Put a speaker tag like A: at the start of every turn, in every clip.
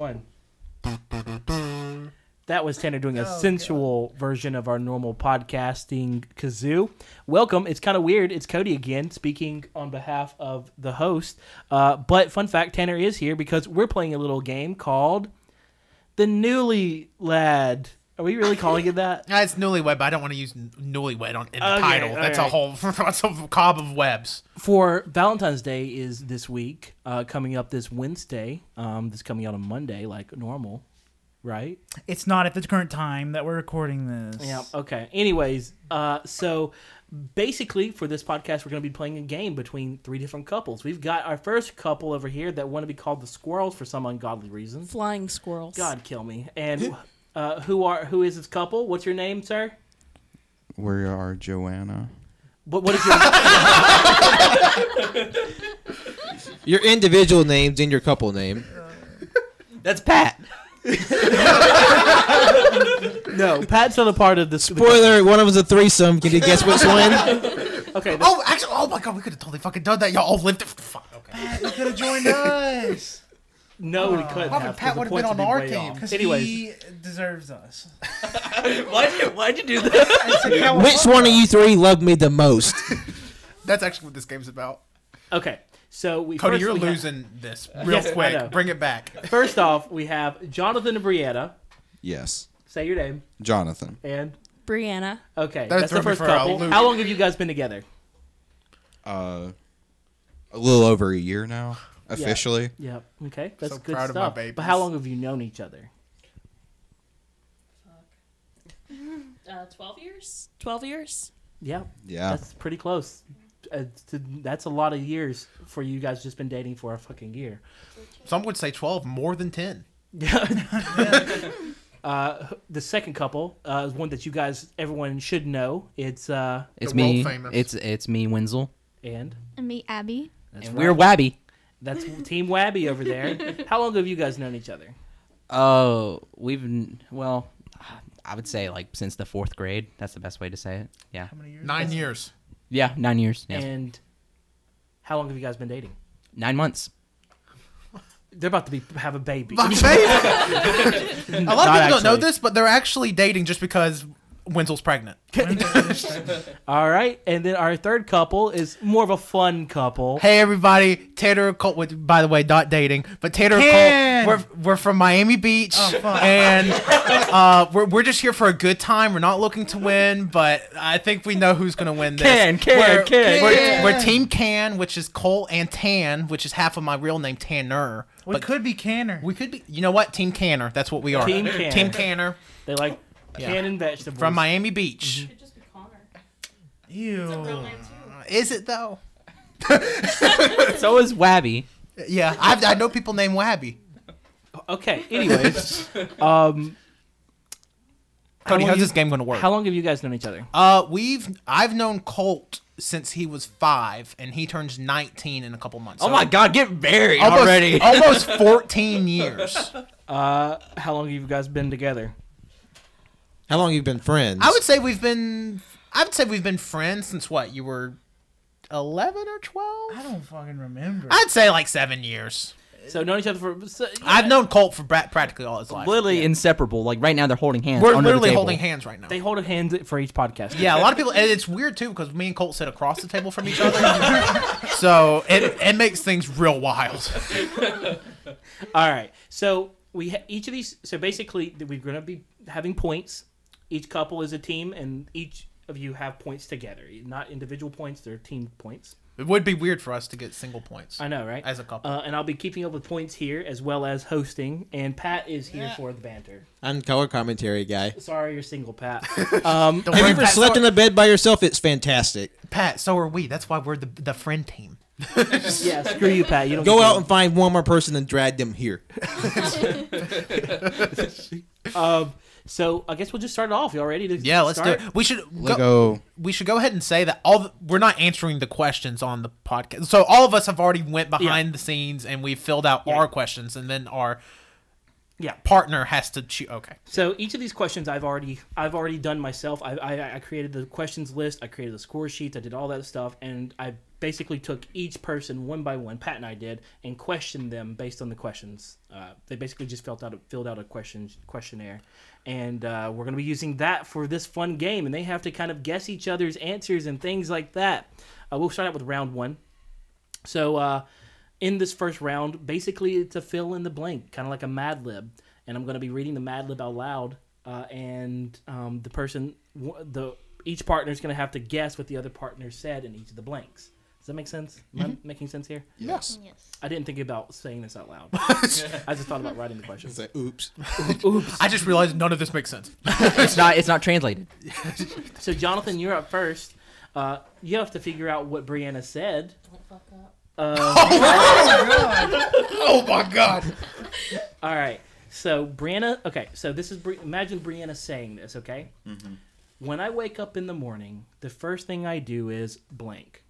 A: One. That was Tanner doing a sensual version of our normal podcasting kazoo. Welcome. It's kind of weird. It's Cody again speaking on behalf of the host. Uh, but fun fact Tanner is here because we're playing a little game called The Newly Lad. Are we really calling it that?
B: Nah, it's newlywed, but I don't want to use n- newlywed on, in the
A: Okay,
B: title. That's a
A: alright.
B: whole that's a cob of webs.
A: for Valentine's Day is this week, uh, coming up this Wednesday. Um, this coming out on Monday, like normal, right?
C: It's not at the current time that we're recording this.
A: Yeah. Okay. Anyways, uh, so basically for this podcast, we're going to be playing a game between three different couples. We've got our first couple over here that want to be called the squirrels for some ungodly reason.
D: Flying squirrels.
A: God kill me. And uh, who are who is this couple? What's your name, sir?
E: We are Joanna.
A: What what is your
F: Your individual names and your couple name. That's Pat.
A: no? Pat's not a part of this.
F: Spoiler: One of them's a threesome. Can you guess which one?
A: Okay. that's-
B: Oh, actually, oh my god, we could have totally fucking done that. Y'all all lived it. Fuck. Okay.
C: You could have joined us.
A: no, we couldn't. have,
B: Robert
A: 'cause
B: Pat
A: the
B: would've
A: points
B: been on
A: would be
B: our
A: way
B: team,
A: off.
C: 'Cause
A: Anyways,
C: he deserves us.
A: why'd you why'd you do that?
F: Which one of you three loved me the most?
B: That's actually what this game's about.
A: Okay, so we
B: Cody,
A: first
B: you're
A: we have-
B: losing this real
A: Yes, I know.
B: quick. Bring it back.
A: first off, we have Jonathan and Brianna.
E: Yes.
A: Say your name
E: Jonathan.
A: and
D: Brianna.
A: okay.
B: That
A: that's the
B: threw me
A: first
B: for a
A: couple.
B: loop.
A: How long have you guys been together?
E: Uh, a little over a year now, officially.
A: Yeah. Okay, that's
B: So
A: good
B: proud of my
A: stuff. but
B: babies.
A: how long have you known each other?
D: Uh, 12 years? 12 years?
A: Yeah,
E: Yeah.
A: that's pretty close. Uh, to, that's a lot of years for you guys just been dating for a fucking year.
B: Some would say 12, more than 10.
A: Uh, the second couple uh, is one that you guys, everyone should know. It's uh,
G: It's
B: The
G: me.
B: world famous.
G: It's it's me, Wenzel.
A: and
H: And me, Abby.
G: and we're Wabby.
A: that's Team Wabby over there. How long have you guys known each other?
G: Oh, we've n- well, I would say like since the fourth grade. That's the best way to say it. Yeah,
C: How many years?
B: Nine years.
G: yeah, nine years. Yeah,
A: And how long have you guys been dating?
G: nine months.
A: They're about to be have a baby.
B: a lot of people don't know
A: actually.
B: this, but they're actually dating just because Wenzel's pregnant.
A: All right, and then our third couple is more of a fun couple.
B: Hey everybody, Tanner and Colt. which, By the way, not dating, but Tanner
C: Ken!
B: and Colt. We're, we're from Miami Beach,
C: fuck.
B: and uh, we're, we're just here for a good time. We're not looking to win, but I think we know who's gonna win this.
G: Can, can,
B: we're,
G: can.
B: We're, we're Team Can, which is Colt and Tan, which is half of my real name Tanner.
C: We
B: but
C: could be Canner.
B: we could be, you know what, Team Canner. That's what we are.
A: Team Canner.
B: Team Canner
A: They like
B: Yeah.
A: cannon vegetables.
B: from Miami Beach.
D: Could just be Connor.
C: Ew.
B: Is it though?
G: So is Wabby.
B: Yeah, I've, I know people named Wabby.
A: Okay. Anyways, um,
B: Cody,
A: long
B: how's
A: you-
B: this game gonna work?
A: how long have you guys known each other?
B: Uh, we've I've known Colt since he was five, and he turns nineteen in a couple months.
G: Oh
B: So
G: my God, get married
B: almost,
G: already.
B: almost fourteen years.
A: Uh, how long have you guys been together?
F: How long you been friends?
B: I would say we've been I would say we've been friends since what you were eleven or
C: I
B: twelve.
C: don't fucking remember.
B: I'd say like seven years.
A: So known each other for. So,
B: I've known Colt for bra- practically all his life.
G: Literally inseparable. Like right now, they're holding hands.
B: We're
G: under the
B: literally
G: table.
B: holding hands right now.
A: they hold hands for each podcast.
B: yeah, a lot of people, and it's weird too because me and Colt sit across the table from each other, so it it makes things real wild.
A: All right. So we ha- each of these. So basically, th- we're going to be having points. Each couple is a team, and each of you have points together. Not individual points; they're team points.
B: It would be weird for us to get single points.
A: I know, right?
B: As a couple.
A: Uh, and I'll be keeping up with points here as well as hosting. And Pat is here for the banter.
F: I'm color commentary guy.
A: Sorry, you're single, Pat. Um,
B: Don't
F: Have
B: worry,
F: you ever
B: Pat,
F: slept in a bed by yourself? It's fantastic.
B: Pat, so are we. That's why we're the the friend team.
A: yeah, screw you, Pat. You don't
F: Go
A: get
F: out
A: to-
F: and find one more person and drag them here.
A: Um, so I guess we'll just start it off. Y'all ready to?
B: Yeah, let's
A: start?
B: do it. We should
E: Lego.
B: go, we should go ahead and say that all the, we're not answering the questions on the podcast. So all of us have already went behind the scenes and we filled out
A: Yeah.
B: our questions and then our
A: Yeah.
B: partner has to choose. Okay.
A: So each of these questions I've already I've already done myself. I, I I created the questions list. I created the score sheets. I did all that stuff, and I basically took each person one by one, Pat and I did, and questioned them based on the questions. Uh, they basically just filled out a, filled out a question questionnaire, and uh, we're gonna be using that for this fun game. And they have to kind of guess each other's answers and things like that. Uh, we'll start out with round one. So uh, in this first round, basically it's a fill in the blank, kind of like a Mad Lib, and I'm going to be reading the Mad Lib out loud, uh, and um, the person, w- the each partner is going to have to guess what the other partner said in each of the blanks. Does that make sense? Am I making sense here?
E: Yes.
H: Yes.
A: I didn't think about saying this out loud. I just thought about writing the question.
E: It's like, oops.
A: Oops.
B: I just realized none of this makes sense.
G: it's not. It's not translated.
A: So Jonathan, you're up first. Uh, you have to figure out what Brianna said. Um,
D: Don't fuck up.
B: Oh my god.
A: All right. So Brianna, okay. So this is Bri- imagine Brianna saying this, okay?
B: Mm-hmm.
A: When I wake up in the morning, the first thing I do is blank.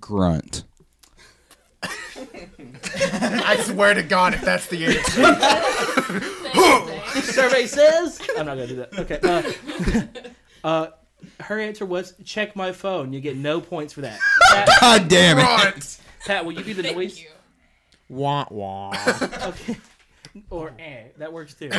E: Grunt.
B: I swear to God, if that's the answer.
A: Survey says I'm not gonna do that. Okay. Uh, uh, her answer was check my phone. You get no points for that. Pat,
E: God damn it.
B: Grunt.
A: Pat will you do the
D: Thank
A: noise?
D: you.
F: Wah wah.
A: Okay. Or eh, that works too.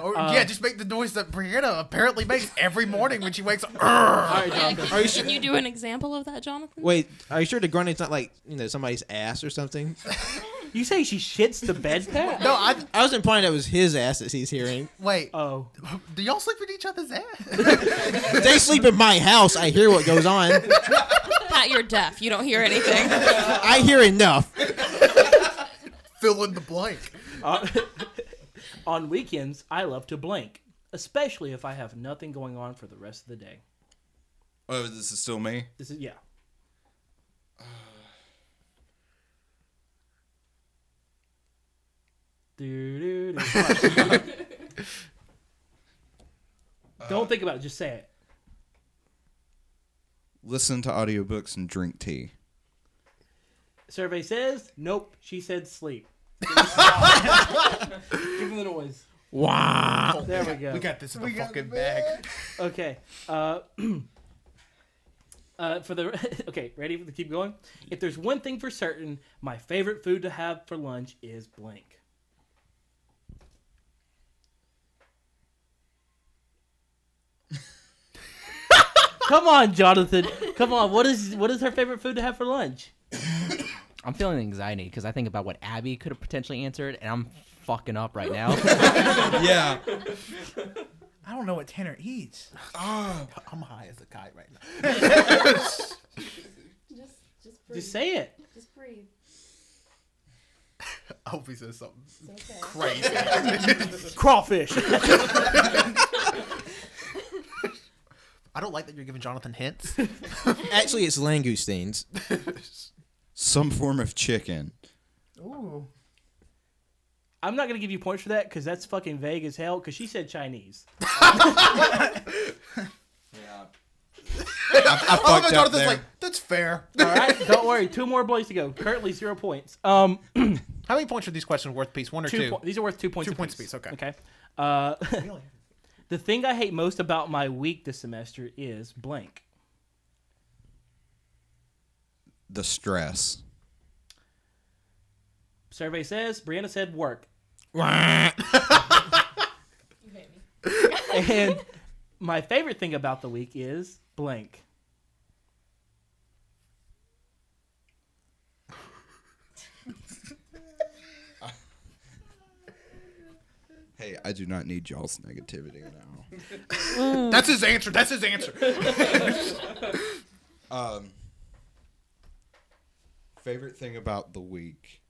B: Oh, yeah, just make the noise that Brianna apparently makes every morning when she wakes up.
A: All
B: Urgh.
A: right, Jonathan.
F: Are you sure?
D: Can you do an example of that, Jonathan?
F: Wait, are you sure the grunting's not like you know somebody's ass or something?
A: You say she shits the bed, Pat?
B: No, I
F: I was implying that was his ass that he's hearing.
B: wait.
A: Oh.
B: Uh, Do y'all sleep in each other's ass?
F: They sleep in my house. I hear what goes on.
D: Pat, you're deaf. You don't hear anything.
F: I hear enough.
B: Fill in the blank.
A: On- on weekends, I love to blank, especially if I have nothing going on for the rest of the day.
E: Oh, this is still me.
A: This is yeah. Do, do, do. Come on. Don't think about it. Just say it.
E: Listen to audiobooks and drink tea.
A: Survey says nope. She said sleep. Give them the noise.
F: Wow.
A: There we go.
B: We got this in the fucking bag.
A: Okay. Uh, uh, for the okay, ready to keep going. If there's one thing for certain, my favorite food to have for lunch is blank. Come on, Jonathan. Come on. What is what is her favorite food to have for lunch?
G: I'm feeling anxiety because I think about what Abby could have potentially answered, and I'm fucking up right now.
E: Yeah.
C: I don't know what Tanner eats.
B: I'm high as a kite right now.
D: Just, just breathe.
A: Just say it.
D: Just breathe.
B: I hope he says something
D: It's okay.
B: crazy.
A: Crawfish.
B: I don't like that you're giving Jonathan hints.
F: Actually, it's langoustines.
E: Some form of chicken.
C: Ooh.
A: I'm not gonna give you points for that because that's fucking vague as hell. Because she said Chinese.
E: I, I
B: Oh,
E: fucked up
B: Jonathan's
E: there.
B: like, that's fair.
A: All right, don't worry. Two more boys to go. Currently zero points. Um,
B: How many points are these questions worth piece? One or
A: two.
B: two?
A: po- these are worth two points.
B: Two
A: apiece.
B: points apiece, okay.
A: Okay. Uh, the thing I hate most about my week this semester is blank.
E: the stress.
A: Survey says Brianna said work,
D: You hate me.
A: and my favorite thing about the week is blank.
E: Hey, I do not need y'all's negativity now.
B: That's his answer. That's his answer.
E: Um, favorite thing about the week.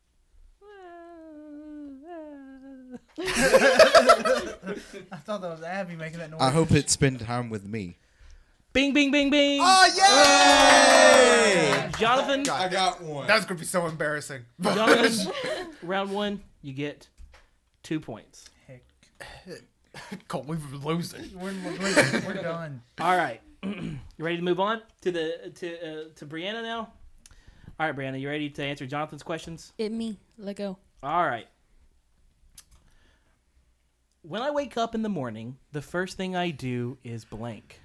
C: I thought that was Abby making that noise.
E: I hope it spend time with me.
A: Bing, bing, bing, bing.
B: Oh, yeah!
A: Jonathan,
E: Uh, I got one.
B: That's gonna be so embarrassing.
A: Jonathan, round one, you get two points.
C: Heck.
B: Cole, we were losing.
C: We're, we're, we're done.
A: All right, you ready to move on to the to uh, to Brianna now? All right, Brianna, you ready to answer Jonathan's questions?
D: It me. Let go.
A: All right. When I wake up in the morning, the first thing I do is blank.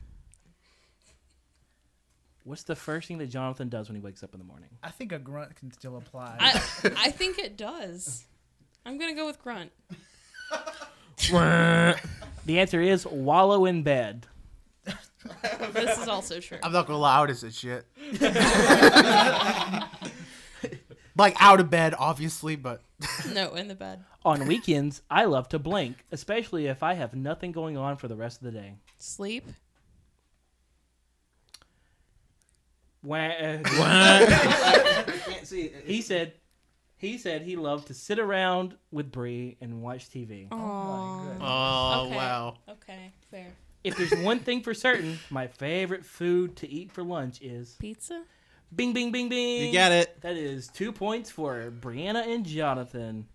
A: What's the first thing that Jonathan does when he wakes up in the morning?
C: I think a grunt can still apply.
D: I, I think it does. I'm gonna go with grunt.
A: The answer is wallow in bed.
D: This is also true.
B: I'm not gonna lie, out as a shit. like out of bed, obviously, but
D: No, in the bed.
A: On weekends, I love to blink, especially if I have nothing going on for the rest of the day.
D: Sleep.
A: Wah-
G: can't see it.
A: uh, he said, he said he loved to sit around with Bree and watch TV.
D: Oh.
B: oh
D: Okay.
B: wow.
D: Okay, fair.
A: If there's one thing for certain, my favorite food to eat for lunch is
D: Pizza.
A: Bing, Bing, Bing, Bing.
F: You got it.
A: That is two points for Brianna and Jonathan.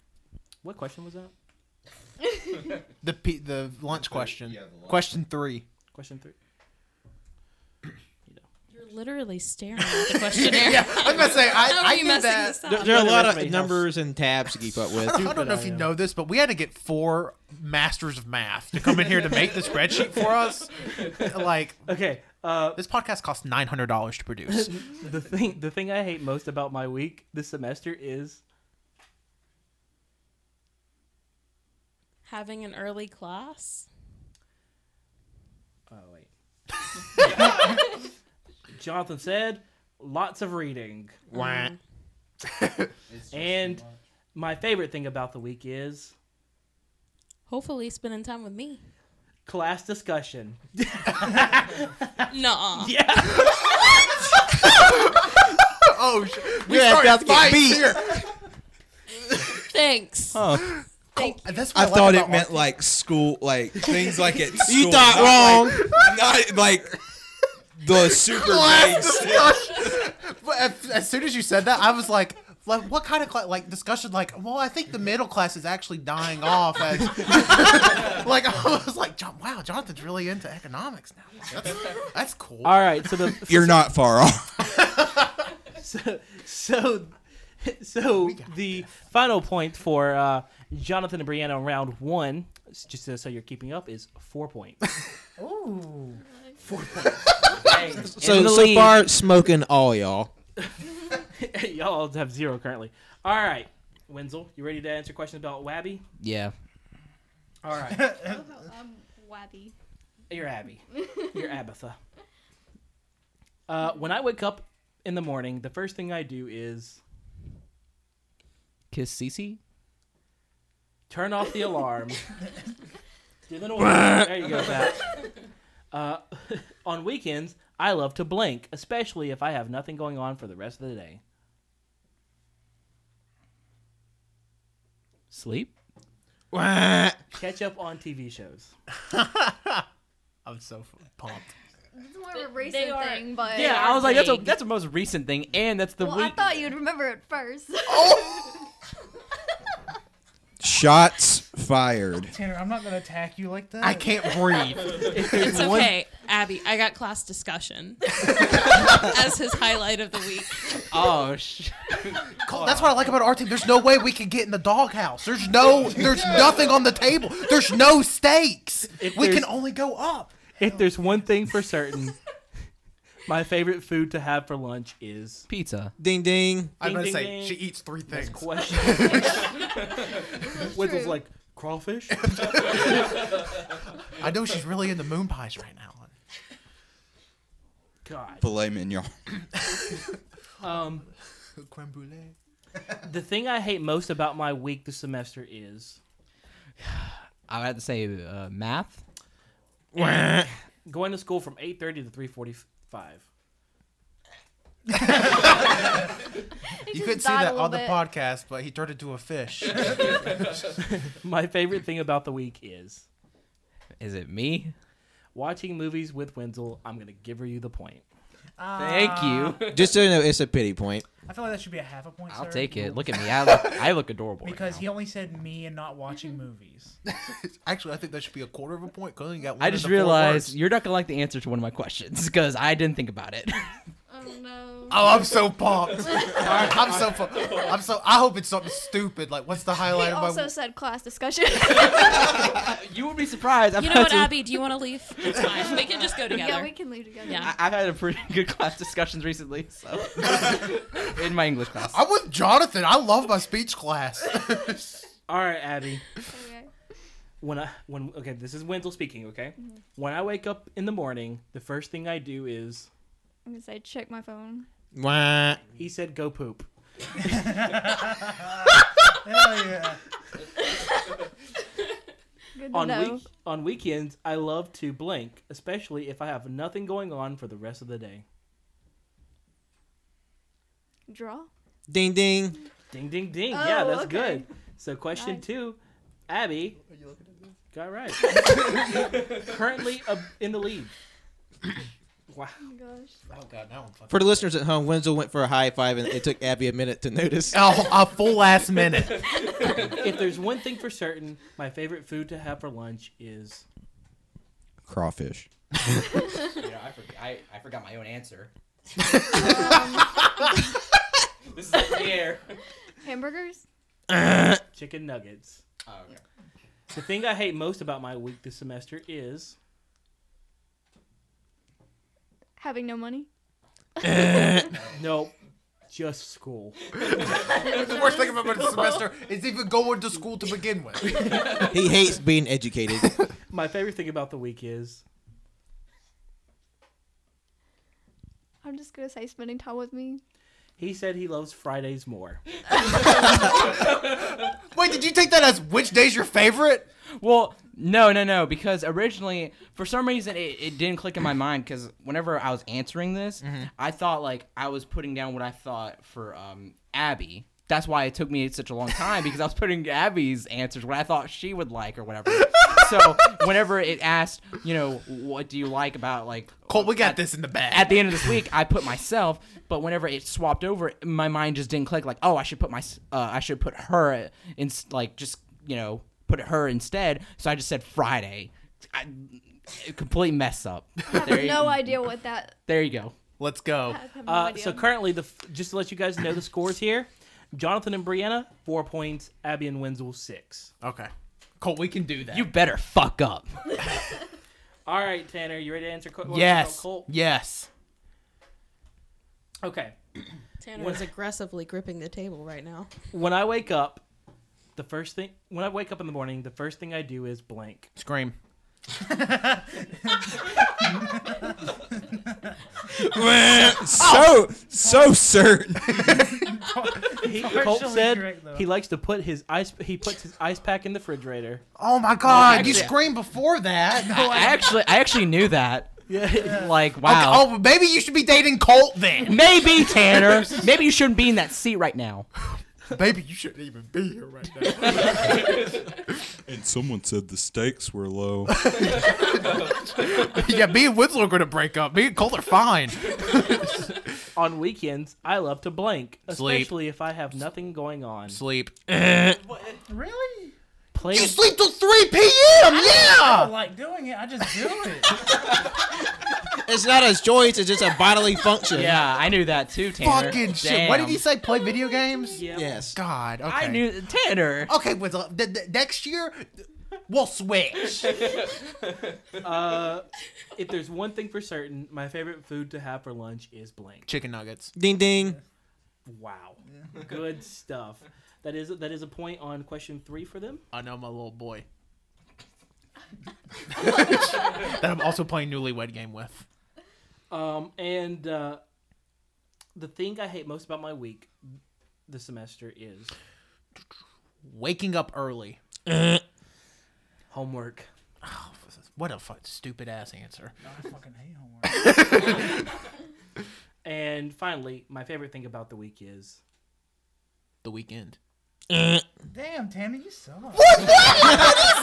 A: What question was that?
B: The p- the lunch question.
E: yeah, the lunch.
B: Question three.
A: Question three.
D: You're literally staring at the
B: I
D: questionnaire.
B: was gonna say I,
D: How are
B: I
D: you
B: knew
D: messing
B: that.
D: this up?
F: There, there are a lot
A: Everybody
F: of
A: has-
F: numbers and tabs to keep up with.
B: I don't know if you know this, but we had to get four masters of math to come in here to make the spreadsheet for us. Like
A: Okay. Uh,
B: this podcast costs nine hundred dollars to produce.
A: the thing the thing I hate most about my week this semester is
D: Having an early class.
A: oh wait. Jonathan said lots of reading.
B: Wah.
A: And my favorite thing about the week is
D: Hopefully, spending time with me.
A: class discussion.
D: Nuh-uh.
A: Yeah.
B: oh, sh- we
F: Your ass
B: started
F: about to get
B: fights
F: beat.
B: here.
D: Thanks.
F: Oh.
D: Thank
C: Uh,
D: you.
B: That's what
E: I
B: like about
E: thought it
B: our-
E: meant like school, like things like at school.
F: You thought
E: not
F: wrong.
E: Like, not like the super vague stuff.
B: But as, as soon as you said that, I was like, like what kind of cla- like discussion? Like, well, I think the middle class is actually dying off. As like, I was like, John, wow, Jonathan's really into economics now. That's, that's cool.
A: All right. So the
E: You're not far off.
A: so so, so the final point for uh, Jonathan and Brianna on round one, s- just so- so you're keeping up, is four points.
C: Ooh.
F: So
A: In the
F: so
A: lead.
F: far, smoking all y'all.
A: Y'all have zero currently. All right, Wenzel, you ready to answer questions about Wabby?
G: Yeah.
A: All right,
H: Um, Wabby.
A: you're Abby. You're Abatha. Uh, when I wake up in the morning, the first thing I do is
G: Kiss Cece.
A: turn off the alarm. Do the noise. There you go, Pat. Uh, on weekends, I love to blink, especially if I have nothing going on for the rest of the day.
G: Sleep.
A: Catch up on TV shows.
B: I'm so f- pumped.
H: It's more of a
D: They-
H: recent
D: they are-
H: thing, but
G: Yeah, I was like, that's a
D: big.
G: that's the most recent thing, and that's the
H: Well, I
G: week.
H: thought you'd remember it first.
E: Shots fired.
C: Tanner, I'm not gonna attack you like that.
B: I can't breathe.
A: If there's
D: It's
A: one-
D: okay, Abby. I got class discussion as his highlight of the week.
G: oh sh.
B: Cole, that's what I like about our team. There's no way we can get in the doghouse. There's no. There's nothing on the table. There's no stakes.
A: If
B: we
A: there's-
B: can only go up.
A: If there's one thing for certain, my favorite food to have for lunch is
G: Pizza.
F: Ding ding.
A: I'm Ding, gonna ding, say, ding. she
B: eats three things.
A: question.
H: Wenzel's like,
A: crawfish.
B: I know she's really into moon pies right now.
A: God.
E: Filet mignon.
A: Um,
B: Creme brulee.
A: the thing I hate most about my week this semester is
G: I would have to say uh, math.
A: going to school from 8:30 to 3:45.
B: You could see that on the podcast, but he turned into a fish.
A: My favorite thing about the week is
G: Is it me?
A: watching movies with Wenzel. I'm gonna give her you the point.
G: Thank you.
F: Just so you know, it's a pity point.
C: I feel like that should be a half a point.
G: I'll
C: sir.
G: take it. Look at me. I look, I look adorable. right
C: Because
G: now.
C: he only said me and not watching movies.
B: Actually, I think that should be a quarter of a point because you got. One
G: I
B: of
G: just
B: the four
G: realized
B: words.
G: you're not gonna like the answer to one of my questions because I didn't think about it.
H: Oh no.
B: Oh, I'm so pumped! All right, I'm so pumped. I'm so. I hope it's something stupid. Like, what's the
H: He
B: highlight of my?
H: also said class discussion.
G: you would be surprised. I've
D: You know what,
G: had to-
D: Abby? Do you want to leave? It's fine. We can just go together.
H: yeah, we can leave together.
D: Yeah.
G: I- I've had a pretty good class discussions recently, so in my English class.
B: I'm with Jonathan. I love my speech class.
A: All right, Abby.
H: Okay.
A: When I when okay, this is Wenzel speaking. Okay, when I wake up in the morning, the first thing I do is
H: I'm gonna say check my phone.
F: Wah.
A: he said go poop.
C: Hell yeah.
H: Good to
A: On
H: know.
A: week on weekends, I love to blank, especially if I have nothing going on for the rest of the day.
H: Draw.
F: Ding ding.
A: Ding ding ding. yeah,
H: Oh,
A: that's
H: okay.
A: good. So question
H: Nice.
A: two, Abby. Got it right. Currently uh, in the lead. Wow.
H: Oh my gosh.
B: oh God, now I'm fucking.
F: For the listeners at home, Wenzel went for a high five, and it took Abby a minute to notice.
B: A, a full last minute.
A: If there's one thing for certain, my favorite food to have for lunch is
E: Crawfish.
G: I, forgot, I, I forgot my own answer.
H: Um,
G: this is the air.
H: Hamburgers.
A: chicken nuggets.
G: Oh,
A: The thing I hate most about my week this semester is
H: Having no money.
A: no, just school.
B: the worst thing about the semester is even going to school to begin with.
F: He hates being educated.
A: My favorite thing about the week is
H: I'm just gonna say spending time with me.
A: he said he loves Fridays more.
B: Wait, did you take that as which day's your favorite?
G: Well, no, no, no, because originally, for some reason, it, it didn't click in my mind. Because whenever I was answering this, I thought like I was putting down what I thought for um, Abby. That's why it took me such a long time because I was putting Abby's answers what I thought she would like or whatever. so whenever it asked, you know, what do you like about like
B: Colt, we got this in the bag.
G: at the end of this week I put myself, but whenever it swapped over, my mind just didn't click. Like, oh, I should put my, uh, I should put her in, like, just you know, put her instead. So I just said Friday. I, a complete mess up.
H: I have
G: There you-
H: no idea what that.
G: There you go.
B: Let's go.
H: I have no
A: Uh,
H: idea.
A: so currently, the f- just to let you guys know the scores here: Jonathan and Brianna four points, Abby and Wenzel six.
B: Okay. Colt, we can do that.
G: You better fuck up.
A: All right, Tanner, you ready to answer? Col-
B: yes.
A: Colt?
B: Yes.
A: Okay.
D: Tanner is aggressively gripping the table right now.
A: When I wake up, the first thing when I wake up in the morning, the first thing I do is blank.
B: Scream.
E: so so certain.
A: He, Colt
C: Partially
A: said
C: correct, though.
A: he likes to put his ice. He puts his ice pack in the refrigerator.
B: Oh my God!
G: actually-
B: you screamed before that.
G: I, I actually, I actually knew that.
A: Yeah.
G: Like,
B: Okay,
G: wow.
B: oh, well, maybe you should be dating Colt then.
G: Maybe Tanner. Maybe you shouldn't be in that seat right now.
B: Maybe you shouldn't even be here right now.
E: And someone said the stakes were low.
B: yeah, me and Winslow are gonna break up. Me and Colt are fine.
A: On weekends, I love to blank,
B: Sleep.
A: especially if I have nothing going on.
B: Sleep.
C: Really?
A: Play
B: You sleep till 3 p.m.
C: I don't
B: Yeah.
C: like doing it. I just do it.
F: it's not a choice; it's just a bodily function.
G: Yeah, I knew that too, Tanner.
B: Fucking shit. What did
G: Damn.
B: he say? Play video games?
A: Yeah.
F: Yes.
B: God. Okay.
G: I knew Tanner.
B: Okay, Winslow. The, the, next year, we'll switch.
A: Uh, if there's one thing for certain, my favorite food to have for lunch is blank.
B: Chicken nuggets.
F: Ding ding.
A: Wow, good stuff. That is that is a point on question three for them.
B: I know my little boy. that I'm also playing Newlywed Game with.
A: Um, and uh, the thing I hate most about my week, this semester, is
B: Waking up early.
A: homework.
B: What a fuck, stupid ass answer.
C: I fucking hate homework.
A: And finally, my favorite thing about the week is
B: The weekend.
C: Damn, Tanner, you suck.
B: What? what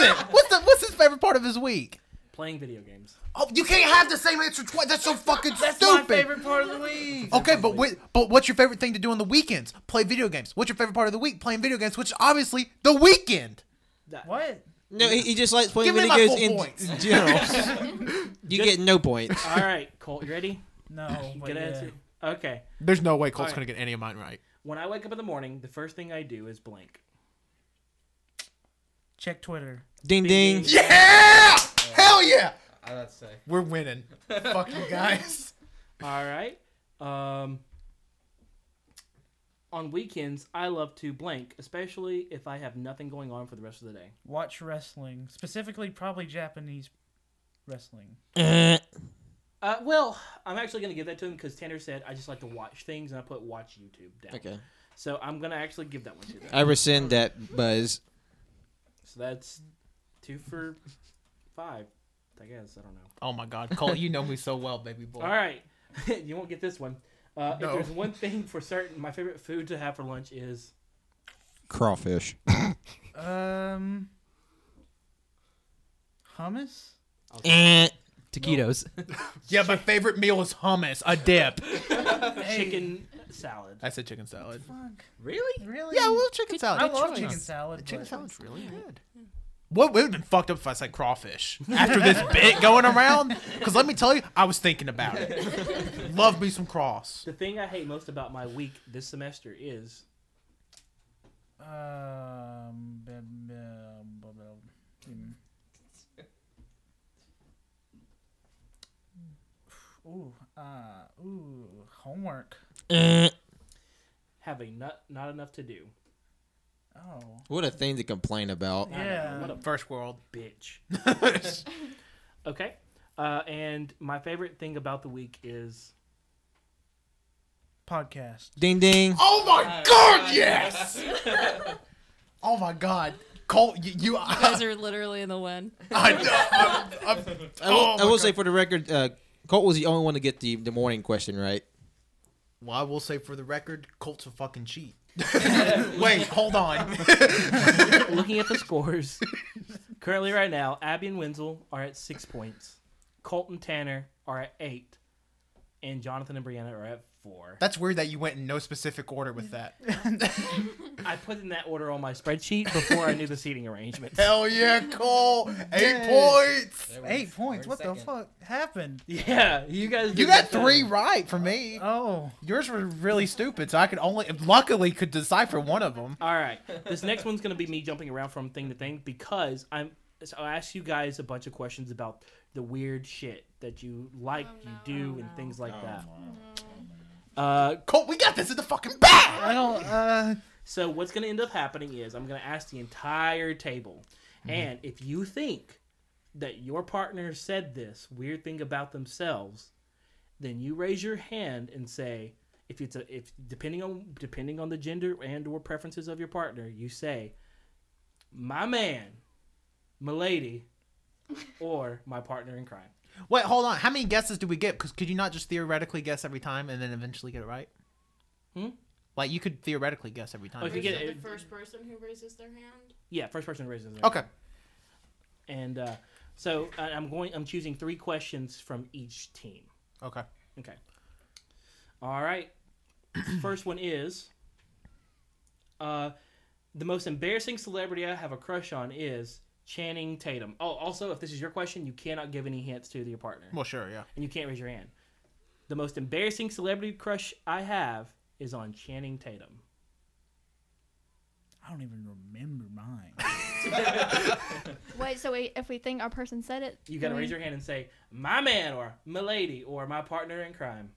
B: is it? What's the, What's his favorite part of his week?
A: Playing video games.
B: Oh, you can't have the same answer twice. That's so fucking
C: That's
B: stupid. Oh.
C: my favorite part of the week.
B: Okay, but wait, but what's your favorite thing to do on the weekends? Play video games. What's your favorite part of the week? Playing video games, which is obviously the weekend.
C: What?
F: No, he, he just likes playing
B: Give me
F: video
B: my
F: games
B: full
F: in,
B: points.
F: in general. you get no points.
A: All right, Colt, you ready?
C: No. But
A: Good
C: Oh, yeah.
A: answer. Okay.
B: There's no way Colt's
A: All
B: gonna get any of mine right.
A: When I wake up in the morning, the first thing I do is blink.
C: Check Twitter.
F: Ding ding.
B: Yeah! Hell yeah!
G: I would say.
B: We're winning. Fuck you guys.
A: All right. Um, on weekends, I love to blank, especially if I have nothing going on for the rest of the day.
C: Watch wrestling. Specifically, probably Japanese wrestling.
A: Uh, well, I'm actually going to give that to him because Tanner said I just like to watch things, and I put watch YouTube down.
F: Okay.
A: So I'm going to actually give that one to them.
F: I rescind that buzz.
A: So that's two for five, I guess. I don't know.
B: Oh my god, Colt, you know me so well, baby boy.
A: All right. you won't get this one. Uh,
B: No.
A: If there's one thing for certain, my favorite food to have for lunch is.
E: Crawfish.
C: Um. Hummus.
G: Taquitos.
B: Yeah, my favorite meal is hummus, a dip.
A: Chicken salad.
B: I said chicken salad.
C: Fuck.
A: Really?
C: Really?
B: Yeah, a little chicken salad.
C: I love chicken salad.
B: Chicken
C: but-
B: salad's really good. What would have been fucked up if I said crawfish after this bit going around? Because let me tell you, I was thinking about it. Love me some cross.
A: The thing I hate most about my week this semester is
C: Um. blah, blah, blah, blah. Hmm. Ooh, uh, ooh, homework.
A: have a not not enough to do.
C: Oh,
F: What a thing to complain about.
A: I know,
C: Yeah.
A: What a
B: First world.
A: bitch. Okay. Uh, and my favorite thing about the week is
C: podcast.
F: Ding ding.
B: Oh my god, yes! oh my god. Colt, you. you
D: You guys
B: I,
D: are literally in the win.
B: I know. I'm, I'm,
F: I will,
B: oh
F: I
B: my
F: will
B: God.
F: say for the record, uh, Colt was the only one to get the, the morning question right.
B: Well, I will say for the record, Colt's a fucking cheat. Wait, hold on.
A: looking at the scores. Currently, right now, Abby and Wenzel are at six points. Colton Tanner are at eight, and Jonathan and Brianna are at four.
B: That's weird that you went in no specific order with that.
A: I put in that order on my spreadsheet before I knew the seating arrangements.
B: Hell yeah, Colt! Eight points!
C: Eight points. What the fuck happened?
A: Yeah, you guys.
B: You
A: did
B: got
A: that thing.
B: three right for me.
C: Oh,
B: Yours were really stupid, so I could only, luckily, could decipher one of them.
A: All right. This next one's going to be me jumping around from thing to thing because I'm. So I asked you guys a bunch of questions about the weird shit that you like, you do, and things like that. Uh,
B: Colt, we got this in the fucking bag.
C: I don't. Uh,
A: so what's going to end up happening is I'm going to ask the entire table, and if you think that your partner said this weird thing about themselves, then you raise your hand and say if it's a if depending on depending on the gender and or preferences of your partner, you say, "My man, my lady, or my partner in crime."
B: Wait, hold on. How many guesses do we get? Because could you not just theoretically guess every time and then eventually get it right?
A: Hmm?
B: Like you could theoretically guess every time.
A: Oh, if you get it,
D: the first person who raises their hand.
A: yeah, first person raises their hand.
B: okay.
A: And uh, so I- I'm going. I'm choosing three questions from each team.
B: Okay.
A: Okay. All right. First one is uh, the most embarrassing celebrity I have a crush on is Channing Tatum. Oh, also, if this is your question, you cannot give any hints to your partner,
B: Well, sure. Yeah.
A: and you can't raise your hand. The most embarrassing celebrity crush I have is on Channing Tatum.
C: I don't even remember mine.
H: Wait, so we, if we think our person said it,
A: You got to
H: then
A: raise your hand and say "my man" or "my lady" or "my partner in crime."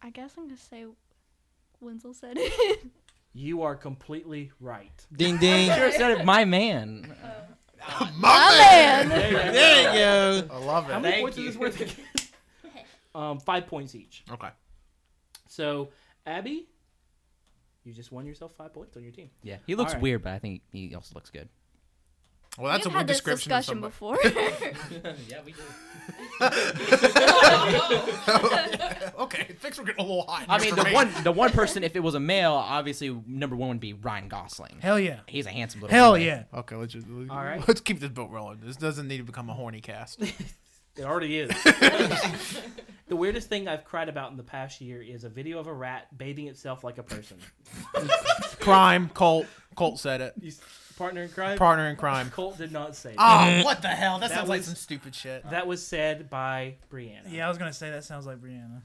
H: I guess I'm gonna say Wenzel said it.
A: You are completely right.
F: Ding ding.
G: Sure, instead of my man.
H: Man,
F: there you go.
B: I love
A: How
B: it.
A: many
G: Thank
A: points is this
G: you.
A: worth again? um, five points each.
B: Okay.
A: So, Abby, you just won yourself five points on your team.
G: Yeah, he looks
A: All right.
G: weird, but I think he also looks good.
B: Well, that's
H: We've
B: a
H: had
B: weird
H: this
B: description of
H: discussion
B: somebody.
H: before.
G: yeah, we do.
B: Okay, things were getting a little hot.
G: I
B: here
G: mean,
B: for
G: the
B: me.
G: one the one person, if it was a male, obviously number one would be Ryan Gosling.
C: Hell yeah.
G: He's a handsome little.
C: Hell
G: boy.
C: yeah.
B: Okay, let's just, let's,
A: All right.
B: let's keep this boat rolling. This doesn't need to become a horny cast.
A: It already is. the weirdest thing I've cried about in the past year is a video of a rat bathing itself like a person.
B: crime, Colt. Colt said it.
A: You s- partner in crime?
B: Partner in crime.
A: Colt did not say that.
B: Oh, what the hell? That,
A: That
B: sounds like
A: was-
B: some stupid shit.
A: That was said by Brianna.
C: Yeah, I was gonna say that sounds like Brianna.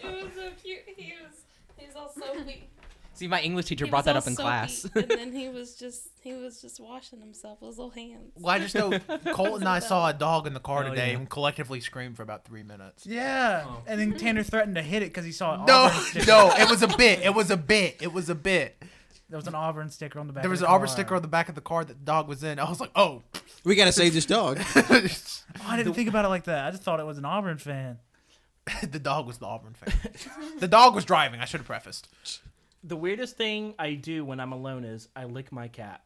D: It was so cute. He was. He's all soapy.
G: See, my English teacher
D: He was
G: brought that
D: all
G: up in
D: soapy,
G: class.
D: and then he was just he was just washing himself with his little hands.
B: Well, I just know Colt and I saw a dog in the car
A: Oh,
B: today
A: yeah.
B: and collectively screamed for about three minutes.
C: Yeah. Oh. And then Tanner threatened to hit it because he saw an
B: No,
C: Auburn sticker.
B: no, it was a bit. It was a bit. It was a bit.
C: There was an Auburn sticker on the back.
B: There
C: of
B: was
C: the
B: an Auburn
C: car.
B: sticker on the back of the car that the dog was in. I was like, oh.
F: We gotta save this dog.
B: the
C: Oh, I didn't think about it like that. I just thought it was an Auburn fan.
B: dog was the Auburn fan. The dog was driving. I should have prefaced.
A: The weirdest thing I do when I'm alone is I lick my cat.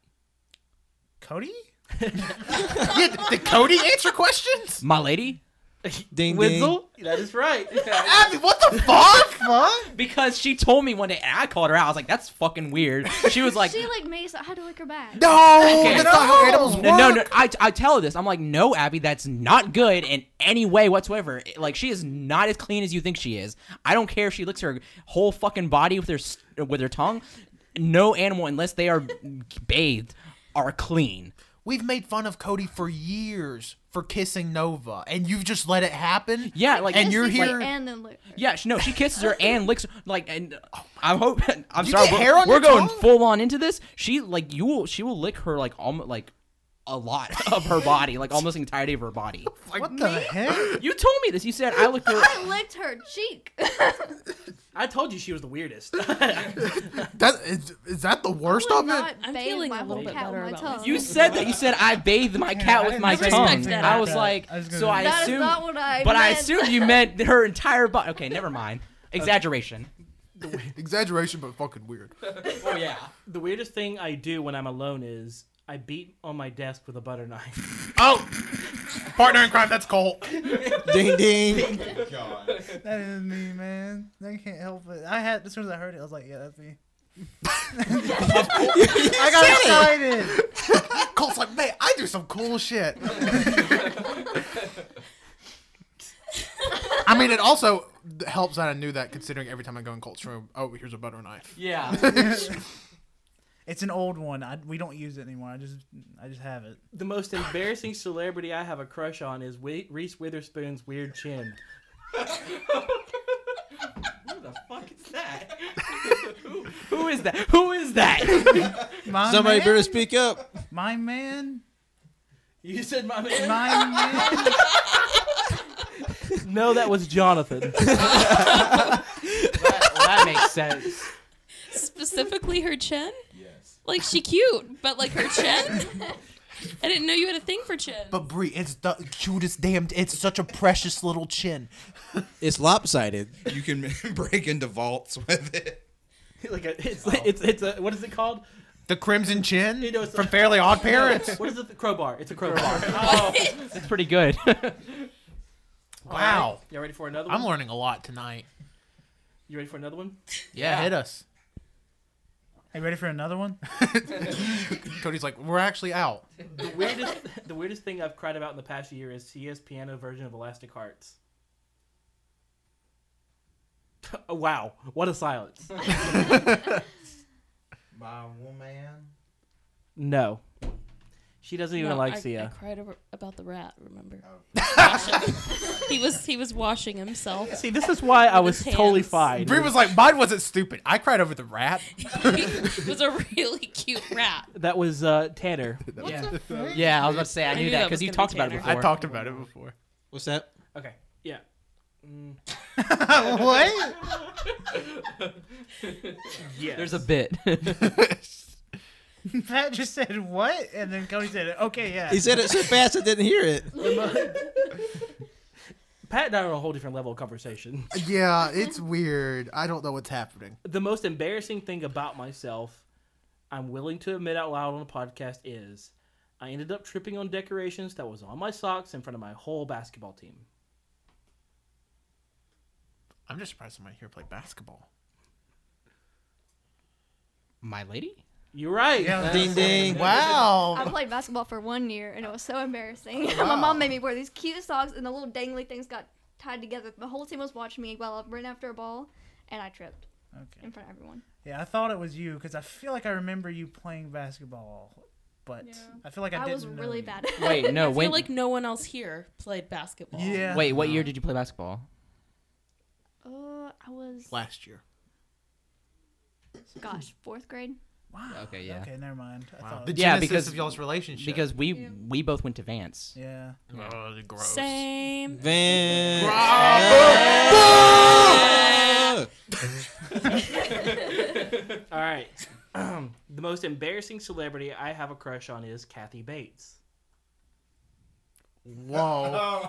C: Cody?
B: Yeah, d- did Cody answer questions?
G: my lady,
F: Ding ding.
A: Winsel? That is right.
B: Abby, what the fuck?
G: because she told me one day, and I called her out. I was like, "That's fucking weird." She was like,
H: she like me, so I had to lick her back.
B: No, that's not how animals work.
G: No, no, no. I, I tell her this. I'm like, no, Abby, that's not good in any way whatsoever. Like, she is not as clean as you think she is. I don't care if she licks her whole fucking body with her s- with her tongue. No animal, unless they are bathed, are clean.
B: We've made fun of Cody for years for kissing Nova, and you've just let it happen.
G: Yeah, like
B: And you're
H: Just lick
B: here-
H: And then lick her.
G: Yeah, she, no, she kisses her and licks like and I hope I'm
B: You
G: sorry.
B: get
G: We're,
B: hair on
G: we're
B: your
G: going
B: tongue?
G: full on into this. She like you will she will lick her like almost like a lot of her body, like almost the entirety of her body.
B: what the heck?
G: You told me this. You said I licked her
H: I licked her cheek.
A: I told you she was the weirdest.
B: That is, is that the worst
H: Would
B: of
H: not
B: it?
D: I'm
H: bathe
D: feeling
H: my
D: a little
H: whole
D: bit
H: cat
D: better
H: with my
D: about
H: tongue.
G: You said that. You said I bathed my cat
C: I
G: with
C: didn't
G: my
C: say
G: tongue.
D: anything
G: I
D: about
G: was
C: that.
G: like,
C: I was gonna
G: so I
C: say-
H: That is
G: assumed,
H: not what I
G: but I
H: meant.
G: assumed you meant her entire body. Okay, never mind. Exaggeration.
B: Exaggeration, but fucking weird.
G: Oh yeah.
A: the weirdest thing I do when I'm alone is I beat on my desk with a butter knife.
B: Oh, partner in crime. That's Colt.
F: Ding ding.
C: That is me, man. I can't help it. I had as soon as I heard it, I was like, yeah, that's me. I got excited.
B: Colt's like, man, I do some cool shit. I mean, it also helps that I knew that, considering every time I go in Colt's room, oh, here's a butter knife.
G: Yeah.
C: It's an old one. I, we don't use it anymore. I just I just have it.
A: The most embarrassing celebrity I have a crush on is Wait- Reese Witherspoon's weird chin.
G: Who the fuck is that? who, who is that? Who is that?
C: My
F: Somebody
C: man,
F: better speak up.
C: my man,
A: You said my man.
C: my man.
A: No, that was Jonathan.
G: that? That makes sense.
D: Specifically her chin. Yes. Like she cute, but like her chin. I didn't know you had a thing for chin.
B: But Brie, it's the cutest damn. It's such a precious little chin.
F: It's lopsided.
E: You can break into vaults with it.
A: like a, it's, it's it's a what is it called?
B: The crimson chin
A: You know, it's
B: from
A: a-
B: Fairly Odd Parents.
A: What is it? The crowbar. It's a crowbar.
G: That's pretty good.
B: Wow,
A: Y'all ready for another one?
B: I'm learning a lot tonight.
A: you ready for another one?
B: Yeah, hit us.
C: Hey, ready for another one?
B: Cody's like, we're actually out.
A: The weirdest the weirdest thing I've cried about in the past year is CS piano version of Elastic Hearts. Oh, wow, what a silence.
E: My woman.
A: No. She doesn't even
D: No,
A: like
D: I, I
A: Sia.
D: cried over, about the rat. Remember? he was he was washing himself.
A: See, this is why I was
D: his
A: totally
D: hands.
A: fine.
B: Brie was like, mine wasn't stupid. I cried over the rat.
D: it was a really cute rat.
A: That was uh, Tanner.
G: yeah. yeah, I was about to say I, knew, that because
D: was
G: you
D: gonna be
G: talked about it
D: Tanner.
G: before.
B: I talked about it before.
F: What's that?
A: Okay, yeah.
C: what?
A: Yeah.
G: There's a bit.
C: Pat just said what, and then Cody said it. Okay, yeah.
F: He said it so fast I didn't hear it.
A: Pat and I are on a whole different level of conversation.
B: Yeah, it's weird. I don't know what's happening.
A: the most embarrassing thing about myself, I'm willing to admit out loud on a podcast, is I ended up tripping on decorations that was on my socks in front of my whole basketball team.
B: I'm just surprised somebody here played basketball.
G: My lady?
A: You're right. Uh,
F: Ding ding.
H: I
B: Wow.
H: played basketball for one year, and it was so embarrassing. my mom made me wear these cute socks, and the little dangly things got tied together. The whole team was watching me while I ran after a ball, and I tripped
C: Okay.
H: in front of everyone.
C: Yeah, I thought it was you because I feel like I remember you playing basketball, but
H: Yeah.
C: I feel like I,
H: I,
C: didn't.
H: was
C: know
H: really
C: you.
H: bad. at it.
G: Wait, no,
D: I
G: when
D: feel like no one else here played basketball.
C: Yeah.
G: Wait, what year did you play basketball?
H: Uh, I was
B: Last year.
H: gosh fourth grade.
C: Wow.
G: Okay, yeah.
C: Okay, never mind. I
B: Wow.
C: thought.
B: The
G: Uh, Yeah,
B: genesis
G: because-
B: of y'all's relationship.
G: Because we we both went to Vance.
C: yeah.
B: oh, gross.
D: Same.
F: Van.
A: All right. the most embarrassing celebrity I have a crush on is Kathy Bates.
B: Whoa.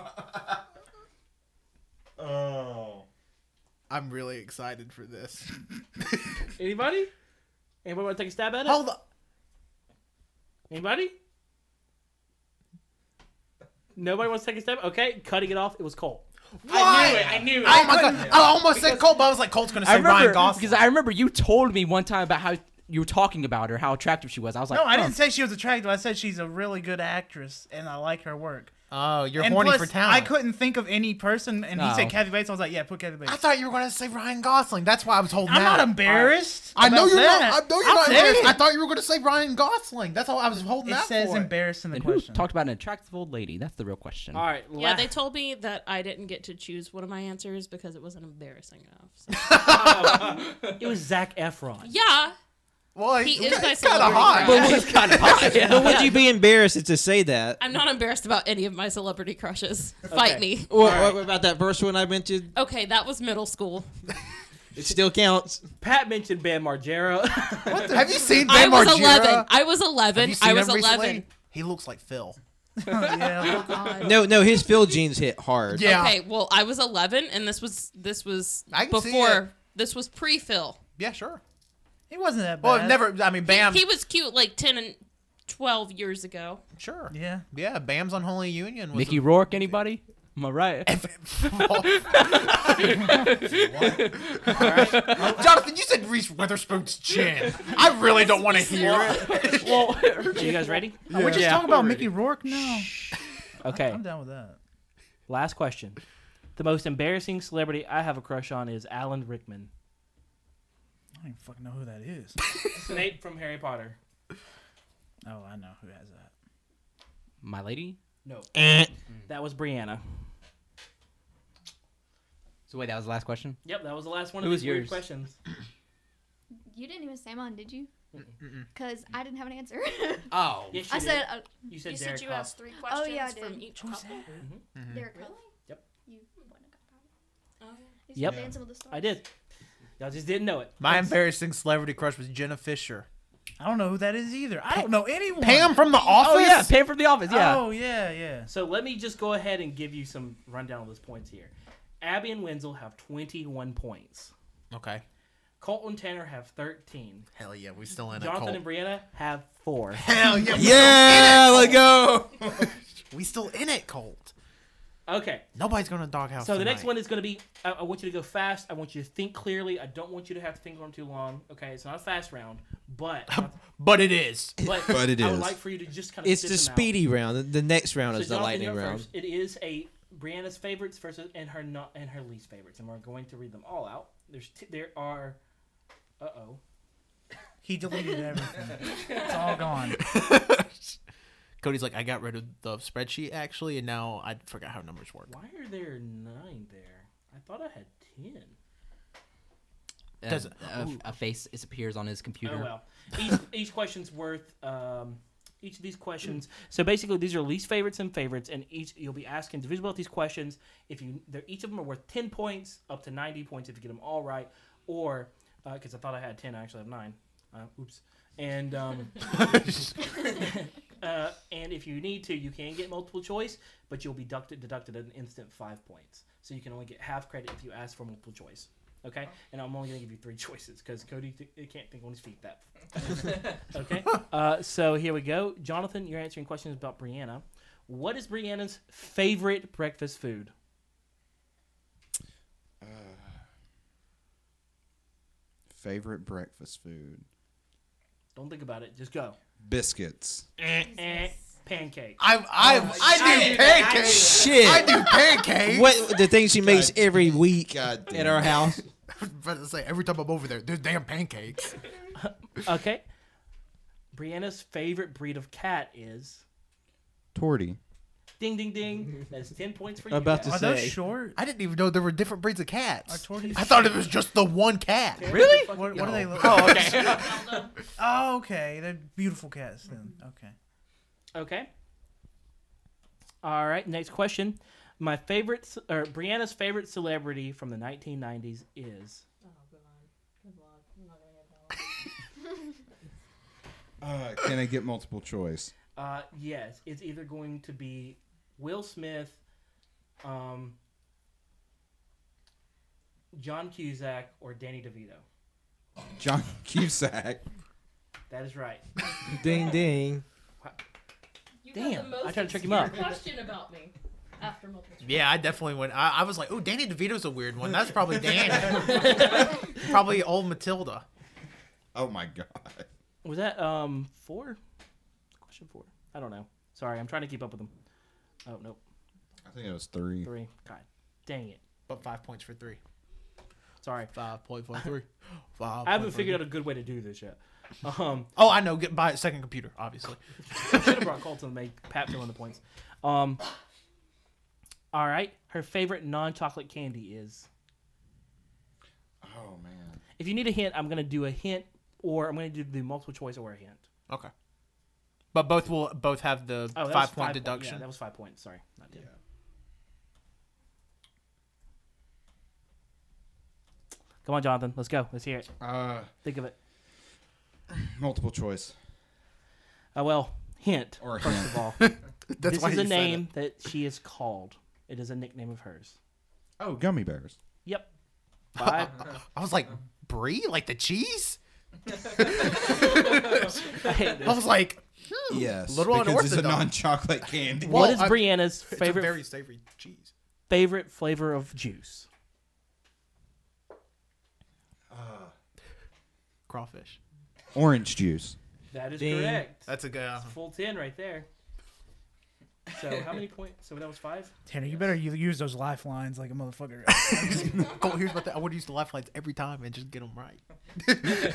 B: oh. I'm really excited for this.
A: Anybody? Anybody want to take a stab at it?
B: Hold up.
A: Anybody? Nobody wants to take a stab. Okay, cutting it off. It was Cole.
B: Why?
A: I knew it.
B: Oh my god! I almost said Cole, but I was like, Cole's gonna say
G: I remember
B: Ryan Gosling.
G: because I remember you told me one time about how you were talking about her, how attractive she was. I was like,
C: No, I
G: huh.
C: didn't say she was attractive. I said she's a really good actress, and I like her work.
B: Oh, you're
C: and
B: horny
C: plus,
B: for talent.
C: I couldn't think of any person, and he
G: No.
C: said Kathy Bates. I was like, yeah, put Kathy Bates.
B: I thought you were gonna say Ryan Gosling. That's why I was holding
C: I'm
B: out.
C: not embarrassed.
B: I know
C: about
B: you're not.
C: that.
B: I know you're
C: I'm
B: not embarrassed.
C: saying
B: I thought you were going to say Ryan Gosling. That's all I was holding
C: It
B: out
C: says
B: for.
C: embarrassed in the
G: Then who
C: question.
G: talked about an attractive old lady? That's the real question.
A: All right.
D: Yeah,
A: la-
D: they told me that I didn't get to choose one of my answers because it wasn't embarrassing enough. So-
A: it was Zach Efron.
D: yeah,
B: well,
D: he
B: he's,
D: is my
B: kind of
D: celebrity
B: hot.
D: crush.
F: But would you be embarrassed to say that?
D: I'm not embarrassed about any of my celebrity crushes. Fight me.
F: Or, or about that first one I mentioned?
D: Okay, that was middle school.
F: It still counts.
A: Pat mentioned Bam Margera.
B: Have you seen
D: I
B: Ben
D: was
B: Margera?
D: 11. I was
B: Have
D: 11.
B: you seen
D: I was
B: him
D: 11.
B: recently? He looks like Phil.
C: yeah.
F: No, no, his Phil jeans hit hard.
B: Yeah.
D: Okay, well, I was 11, and this was this was
B: I can see it.
D: before. This was pre-Phil.
B: Yeah, sure.
C: He wasn't that bad.
B: Well, never. I mean, Bam.
D: He was cute like 10 and 12 years ago.
B: sure. Yeah.
C: Yeah.
B: Bam's Unholy Union. Was
G: Mickey Rourke, anybody? Am I right?
B: Jonathan, you said Reese Witherspoon's chin. I really don't want to hear it.
A: well, are you guys ready?
C: We're just talking about Mickey Rourke now.
A: Okay.
C: I'm down with that.
A: Last question. The most embarrassing celebrity I have a crush on is Alan Rickman.
C: I don't even fucking know who that is.
A: Snape from Harry Potter.
C: oh, I know who has that.
G: My lady.
A: That was Brianna.
G: So wait, that was the last question.
A: Yep, that was the last one
G: Who
A: of
G: was
A: these weird
G: yours?
A: questions.
H: You didn't even say mine, did you? Because I didn't have an answer.
G: Oh,
A: Yes, you
H: I
A: did.
H: said, uh,
A: you said
D: you
A: Derek
D: said you
A: Hough.
D: asked three questions
H: yeah, I
D: from
H: did.
D: each couple.
H: Derek Really?
A: Mm. Yep.
H: You wouldn't have got that. He's
A: Yep.
H: dancing with the stars.
A: I did. Y'all just didn't know it.
B: My embarrassing celebrity crush was Jenna Fisher.
C: I don't know who that is either. I don't know anyone.
B: Pam from The Office.
G: Oh yeah, Pam from the office. Yeah.
C: Oh yeah, yeah.
A: So let me just go ahead and give you some rundown of those points here. Abby and Wenzel have 21 points.
B: Okay.
A: Colt and Tanner have 13.
B: Hell yeah, we still in
A: Jonathan
B: it.
A: and Brianna have four.
B: Hell yeah.
F: Yeah, let go.
B: We still in it, Colt.
A: Okay,
B: Nobody's going to doghouse.
A: so the next
B: tonight.
A: one is going to be I, I want you to go fast. I want you to think clearly. I don't want you to have to think on too long. Okay, it's not a fast round, but
B: But it is.
A: but,
F: But it
A: I would
F: is.
A: like for you to just kind of
F: It's the speedy round. The- The next round is the lightning round.
A: It is a Brianna's favorites versus and her not and her least favorites, and we're going to read them all out. There's t- there are. Uh oh.
C: He deleted everything. it's all gone.
B: Cody's like, I got rid of the spreadsheet actually, and now I forgot how numbers work.
A: Why are there nine there? I thought I had ten.
G: Uh,
B: Does-
G: a, a face is- appears on his computer.
A: Oh well. Each each question's worth um, each of these questions. So basically, these are least favorites and favorites, and each you'll be asked individually about these questions. If you, they're, each of them are worth ten points, up to ninety points if you get them all right, or because I thought I had ten, I actually have nine. Uh, oops. And um, uh, and if you need to, you can get multiple choice, but you'll be deducted deducted an instant five points. So you can only get half credit if you ask for multiple choice. Okay, and I'm only gonna give you three choices because Cody th- he can't think on his feet that. okay, uh, so here we go. Jonathan, you're answering questions about Brianna. What is Brianna's favorite breakfast food?
E: Favorite breakfast food?
A: Don't think about it. Just go.
E: Biscuits.
A: Eh, pancakes.
B: I I I do pancakes. I
F: Shit.
B: do pancakes.
F: What the thing she makes every week
E: God damn.
F: at our house?
B: But it's like every time I'm over there, there's damn pancakes.
A: Okay. Brianna's favorite breed of cat is
E: Torty.
A: ding ding ding. That's ten points for you.
F: About to
A: guys.
C: Are those
F: Say.
C: short?
B: I didn't even know there were different breeds of cats.
C: Are tortoises
B: I thought it was just the one cat.
A: really?
C: What, what do they look like?
B: Oh, okay.
C: Oh, okay. They're beautiful cats then. Okay.
A: Okay. All right. Next question. My favorite, ce- or Brianna's favorite celebrity from the 1990s is.
E: Uh, can I get multiple choice?
A: Uh, yes, it's either going to be Will Smith, um, John Cusack, or Danny DeVito.
E: John Cusack.
A: That is right.
F: Ding ding.
I: You
A: Damn,
I: got the most
A: I tried to trick him up.
I: obscure Question about me after multiple. choice.
B: Yeah, I definitely went. I, I was like, oh, Danny DeVito's a weird one. That's probably Dan. probably old Matilda.
E: Oh my god.
A: Was that um four? Question four. I don't know. Sorry, I'm trying to keep up with them. Oh nope,
E: I think it was three.
A: three. God, dang it.
B: But five points for three.
A: Sorry,
B: Five point four three. Five.
A: I haven't figured out a good way to do this yet. Um,
B: Oh, I know. Get by a second computer, obviously.
A: Should have brought Colton to make Pat fill in the points. Um, all right. Her favorite non-chocolate candy is.
E: Oh man.
A: If you need a hint, I'm gonna do a hint, or I'm gonna do the multiple choice or a hint.
B: Okay. But both will both have the
A: Oh,
B: five
A: that was
B: point
A: yeah,
B: deduction.
A: that was five points. Sorry, not ten. Come on, Jonathan. Let's go. Let's hear it.
E: Uh,
A: Think of it.
E: multiple choice
A: Uh, well, hint.
E: or a
A: First
E: hint.
A: of all,
B: That's
A: this
B: why
A: is
B: he
A: a
B: said it.
A: name that she is called. It is a nickname of hers.
E: Oh, gummy bears.
A: Yep. Five.
B: I was like, Brie, like the cheese.
A: I hate this.
B: I was like,
E: Yes.
B: Little
E: because it's a
B: unorthodox.
E: non-chocolate candy.
A: What
B: Well,
A: is
B: I-
A: Brianna's
B: it's a
A: favorite
B: very savory cheese.
A: favorite flavor of juice?
B: Crawfish.
E: Orange juice.
A: That is
F: Ding.
A: correct.
B: That's a good. uh,
A: That's a full ten right there. So how many points? So that was five.
C: Tanner, you better u- use those lifelines like a motherfucker.
B: Colt, here's what the, I would use the lifelines every time and just get them right.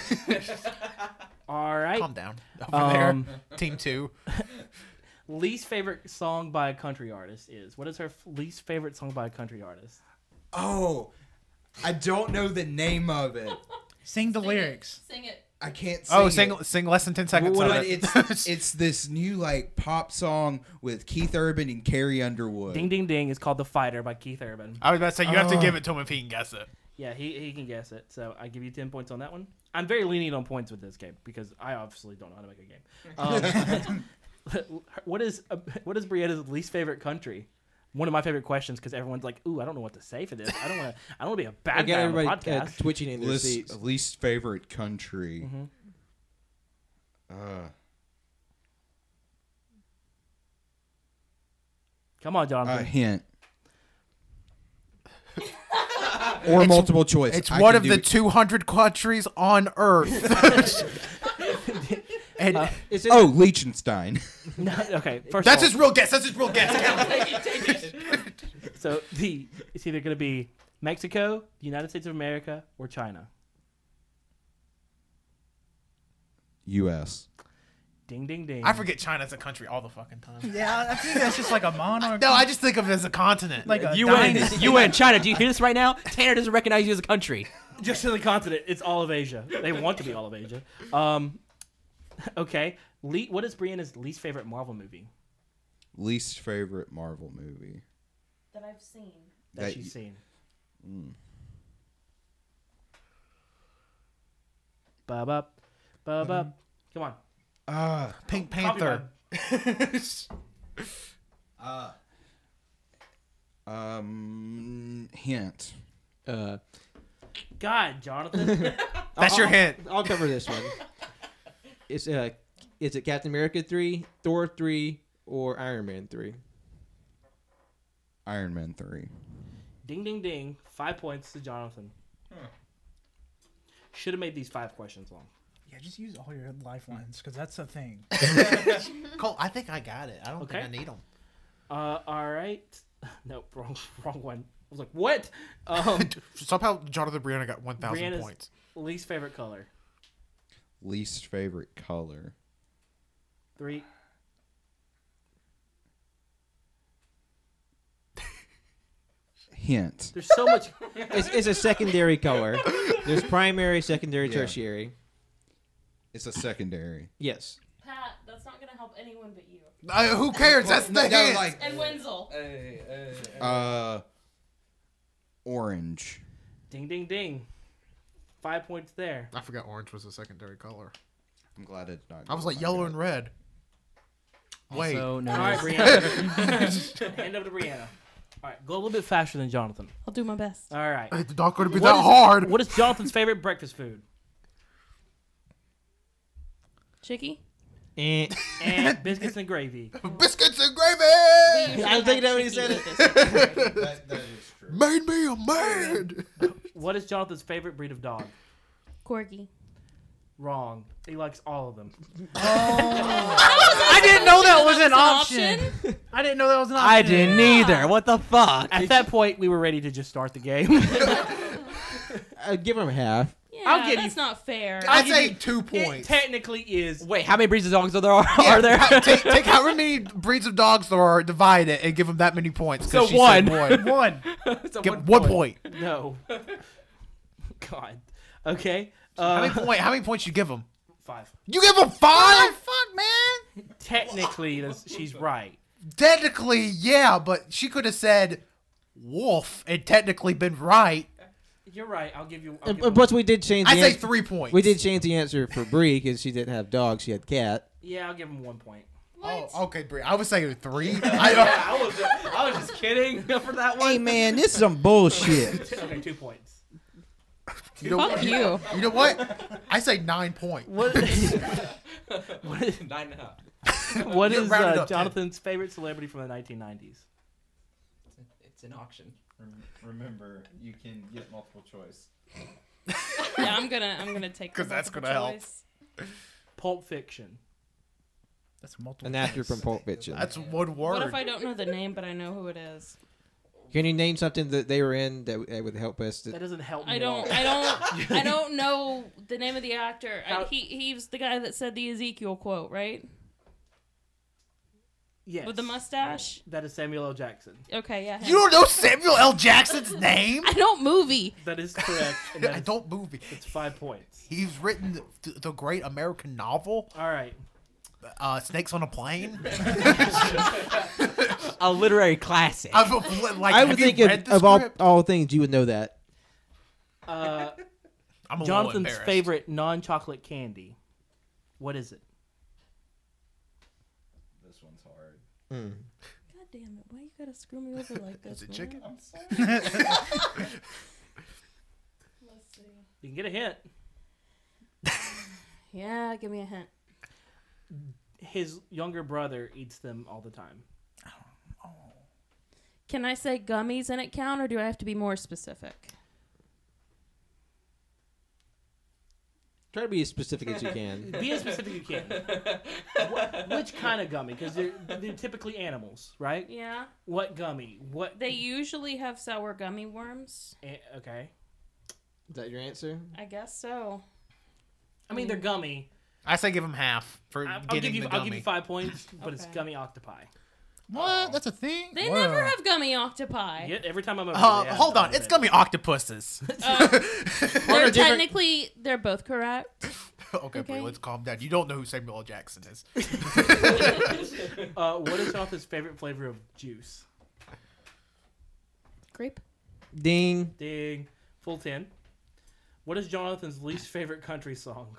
A: All right.
B: Calm down. Over
A: Um,
B: there, team two.
A: least favorite song by a country artist is what is her f- least favorite song by a country artist?
E: Oh, I don't know the name of it.
C: Sing the
I: Sing
C: lyrics.
I: It, sing it.
E: I can't.
B: Oh,
E: sing
B: sing
E: it.
B: sing less than ten seconds.
E: But
B: of it.
E: it's it's this new like pop song with Keith Urban and Carrie Underwood.
A: Ding ding ding is called "The Fighter" by Keith Urban.
B: I was about to say you
E: Uh.
B: have to give it to him if he can guess it.
A: Yeah, he, he can guess it. So I give you ten points on that one. I'm very lenient on points with this game because I obviously don't know how to make a game. Um, what is uh, what is Brianna's least favorite country? One of my favorite questions because everyone's like, "Ooh, I don't know what to say for this. I don't want to. I don't want to be a
F: I
A: bad
F: got
A: guy on the
F: everybody uh,
A: podcast."
F: twitching in their seats.
E: Least, least favorite country. Uh,
A: Come on, Jonathan.
E: a hint. or multiple choice.
B: It's
E: I
B: one
E: can
B: of
E: do
B: the
E: it.
B: two hundred countries on Earth. and
F: It's just-
E: Oh, Liechtenstein.
A: No, okay, first
B: that's
A: of
B: his real guess. That's his real guess.
A: all, so the it's either going to be Mexico, the United States of America, or China.
E: U.S.
A: Ding ding ding.
B: I forget China's a country all the fucking time.
C: yeah, I think that's just like a monarch.
B: No, I just think of it as a continent.
C: like a
G: UN,
C: dynasty.
G: UN, China. Do you hear this right now? Tanner doesn't recognize you as a country.
A: just in the continent. It's all of Asia. They want to be all of Asia. Um, okay. Le- what is Brianna's least favorite Marvel movie
E: Least favorite Marvel movie.
I: That I've seen.
A: that,
E: That
A: she's
E: y- Mm.
A: seen? Ba ba ba
E: Mm-hmm.
A: ba. Come on.
E: Uh,
B: Pink
A: Copy my-
B: Panther.
E: um, hint.
F: uh,
A: God, Jonathan.
B: That's
A: Uh-huh.
B: your hint.
F: I'll cover this one. It's uh, is it Captain America three, Thor three, or Iron Man three?
E: Iron Man three.
A: ding, ding, ding. Five points to Jonathan. Should have made these five questions long.
C: Yeah, just use all your lifelines because that's the thing.
B: Cole, I think I got it. I don't
A: Okay.
B: think I need them.
A: Uh, all right. No, wrong, wrong one. I was like, what? Um,
B: Somehow Jonathan Brianna got one thousand
A: Brianna's-
B: points.
A: least favorite color.
E: Least favorite color.
A: Three.
E: Hint.
A: There's so much.
F: It's, it's a secondary color. There's primary, secondary,
E: Yeah.
F: tertiary.
E: It's a secondary.
F: Yes.
I: Pat, that's not gonna help anyone but you.
B: Uh, who cares? That's the
E: No,
B: hint.
E: like
I: And Wenzel.
E: uh, orange.
A: Ding, ding, ding. Five points there.
B: I forgot orange was a secondary color.
E: I'm glad it did not.
B: I was like yellow and red. Wait,
G: So no.
A: All right, Brianna. Hand over to Brianna. All right, go a little bit faster than Jonathan.
D: I'll do my best.
A: All right.
B: it's not going to be
A: What
B: that
A: is-
B: hard.
A: What is Jonathan's favorite breakfast food?
D: Chicky?
F: Eh.
A: And biscuits and gravy.
B: Biscuits and gravy.
F: I don't think that when he said
D: it.
E: That, that is true.
B: Made me a man.
A: What is Jonathan's favorite breed of dog?
D: Corgi.
A: Wrong. He likes all of them.
D: I
C: didn't know that was an option.
A: I didn't know that was an
F: I didn't either. What the fuck?
A: At that point, we were ready to just start the game.
F: I'd give him half.
D: Yeah,
A: I'll give
D: that's not fair.
B: I'd
A: give
B: say
A: you-
B: two
A: it
B: points.
A: technically is.
G: Wait, how many breeds of dogs are there? Are,
B: Yeah,
G: there?
B: ha- take, take however many breeds of dogs there are, divide it, and give them that many points. 'cause
G: So
B: she said one.
G: one.
C: One.
G: So
B: Give
G: one
B: one
G: point.
B: point.
A: No. God. Okay.
B: How
A: Uh,
B: many point? How many points you give them?
A: five.
B: You give them five.
C: Fuck, man.
A: Technically, that's- she's right.
B: Technically, yeah, but she could have said wolf and technically been right.
A: You're right. I'll give you. I'll give
F: And,
A: you
F: and plus, we did change. The
B: I say
F: ans-
B: three points.
F: We did change the answer for Bree because she didn't have dog. She had cat.
A: yeah, I'll give him one point.
B: Oh, okay, Bri. I was saying three. I, uh,
A: I was, I was just kidding for that
F: Hey man, this is some bullshit.
A: okay, two points.
B: you know
D: Fuck
B: what?
D: you.
B: You know what? I say nine points.
A: What is, what is,
G: Nine and a half.
A: what
B: You
A: is
B: rounded
A: uh,
B: up ten.
A: Jonathan's favorite celebrity from the 1990s?
G: It's an auction.
E: Remember, you can get multiple choice.
D: Yeah, I'm gonna I'm gonna take
B: 'Cause
D: the
B: that's
D: multiple
B: gonna help.
D: choice.
A: Pulp Fiction.
C: That's multiple.
F: An actor from Pulp Fiction.
B: That's one word.
D: What if I don't know the name but I know who it is?
F: Can you name something that they were in that, that would help us?
A: That
F: To,
A: doesn't help me.
D: I
A: at
D: don't
A: all.
D: I don't I don't know the name of the actor. I,
A: How-
D: he he was the guy that said the Ezekiel quote, right?
A: Yes.
D: With the mustache.
A: That is Samuel L. Jackson.
D: Okay, yeah. him.
B: you don't know Samuel L. Jackson's name?
D: I don't movie.
A: That is correct. And that
B: I
A: is-
B: don't movie.
A: It's five points.
B: He's written the, the great American novel,
A: All right.
B: uh, Snakes on a Plane.
G: A literary classic.
B: I've, like,
F: I
B: have
F: would
B: you
F: think
B: read
F: of,
B: the
F: of all
B: script?
F: all things you would know that.
A: Uh,
B: I'm a little
A: Jonathan's
B: embarrassed.
A: favorite non-chocolate candy. What is it?
E: This one's hard.
D: God damn it! Why you gotta screw me over like this?
B: Is it chicken?
I: Let's see.
A: You can get a hint.
D: Yeah, give me a hint.
A: His younger brother eats them all the time.
D: Can I say gummies and it count, or do I have to be more specific?
F: Try to be as specific as you can.
A: Be as specific as you can. Wh- which kind of gummy? Because they're, they're typically animals, right?
D: Yeah.
A: What gummy? What?
D: They usually have sour gummy worms.
A: eh, okay.
F: Is that your answer?
D: I guess so.
A: I mean, they're
D: Mm-hmm.
A: gummy.
B: I say give him half for
A: I- I'll
B: getting
A: give you.
B: the gummy.
A: I'll give you five points, but it's
D: Okay.
A: gummy octopi.
B: What? That's a thing?
D: They never have gummy octopi.
A: Oh, Yeah, every time I'm over
B: Uh,
A: there, they
B: hold
A: have
B: on, it's
A: it.
B: gummy octopuses.
D: They're technically they're both correct.
B: okay, Brie, let's calm down. You don't know who Samuel L. Jackson is.
A: Uh, what is Jonathan's favorite flavor of juice?
D: Grape.
F: Ding.
A: Ding. Full ten. What is Jonathan's least favorite country song?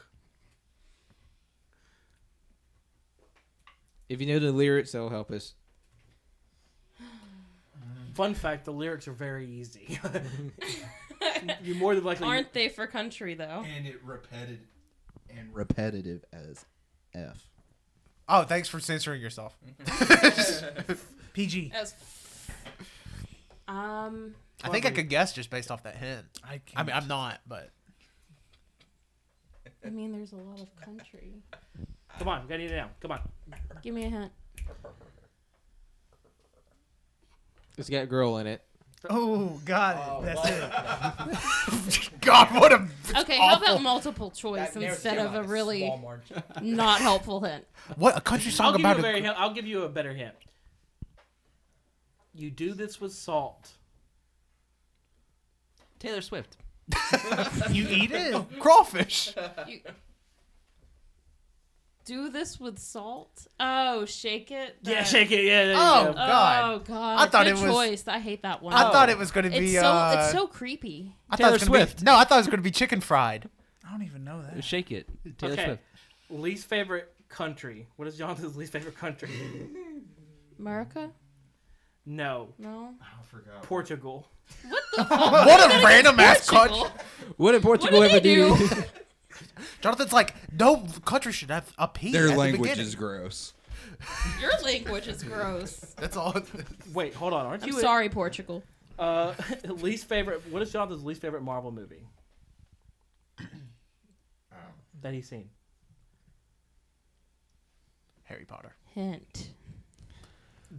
F: If you know the lyrics, that'll help us.
A: Fun fact: the lyrics are very easy. You're more than likely.
D: Aren't they for country though?
E: and it repetitive and repetitive as f.
B: Oh, thanks for censoring yourself.
C: PG.
D: As um,
B: I think I could guess just based off that hint.
C: I can't.
B: I mean, I'm not, but
D: I mean, there's a lot of country.
A: Come on, we gotta need it now. Come on.
D: Give me a hint.
F: It's got girl in it.
C: oh, got it. That's it.
B: God, what a
D: Okay, how about multiple choice instead of a really not helpful hint?
B: what a country
A: I'll
B: song
A: give, you
B: about
A: a very
B: a,
A: hint. I'll give you a better hint. You do this with salt.
G: Taylor Swift.
B: you eat it crawfish.
D: You do this with salt. Oh, shake it.
A: Yeah,
D: That-
A: shake it. Yeah. There
B: Oh,
A: you go.
B: God.
D: Oh God!
B: I thought
D: Good
B: it was-
D: choice. I hate that one.
B: I thought it was going to
D: Oh. it's
B: be
D: so
B: uh,
D: it's so creepy.
B: I thought
G: Taylor
B: it was gonna
G: Swift.
B: Be, no, I thought it was going to be chicken fried.
C: I don't even know that.
G: Shake it. Taylor
A: okay.
G: Swift.
A: Least favorite country. What is Jonathan's least favorite country?
D: America?
A: No,
D: No.
E: I forgot.
A: Portugal.
B: what a random ass country.
D: Portugal.
F: What did
D: What
F: Portugal
D: do they
F: ever do?
D: do?
B: Jonathan's like, no country should have a P.
E: Their
B: at the
E: language
B: beginning."
E: is gross.
D: Your language is gross.
B: That's all.
A: Wait, hold on. Aren't
D: I'm
A: you?
D: sorry, Portugal.
A: Uh, least favorite. What is Jonathan's least favorite Marvel movie?
C: Um,
A: that he's seen.
B: Harry Potter.
D: Hint.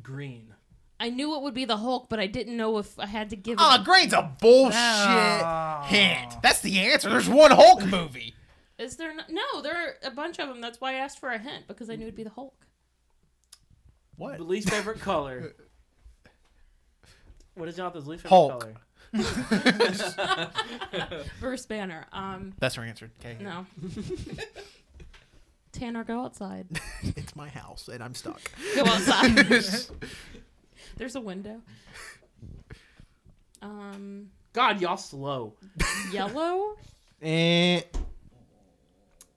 A: Green.
D: I knew it would be the Hulk, but I didn't know if I had to give.
B: Ah,
D: it.
B: green's a bullshit
C: No.
B: hint. That's the answer. There's one Hulk movie.
D: Is there no? No, there are a bunch of them. That's why I asked for a hint because I knew it'd be the Hulk.
B: What?
A: Least favorite color. What is Jonathan's least favorite
B: Hulk.
A: color?
D: Bruce Banner. Um,
B: That's her answer. Okay.
D: no. Tanner, go outside.
B: it's my house and I'm stuck.
D: Go outside. There's a window. Um,
A: God, y'all slow.
D: yellow.
F: Eh,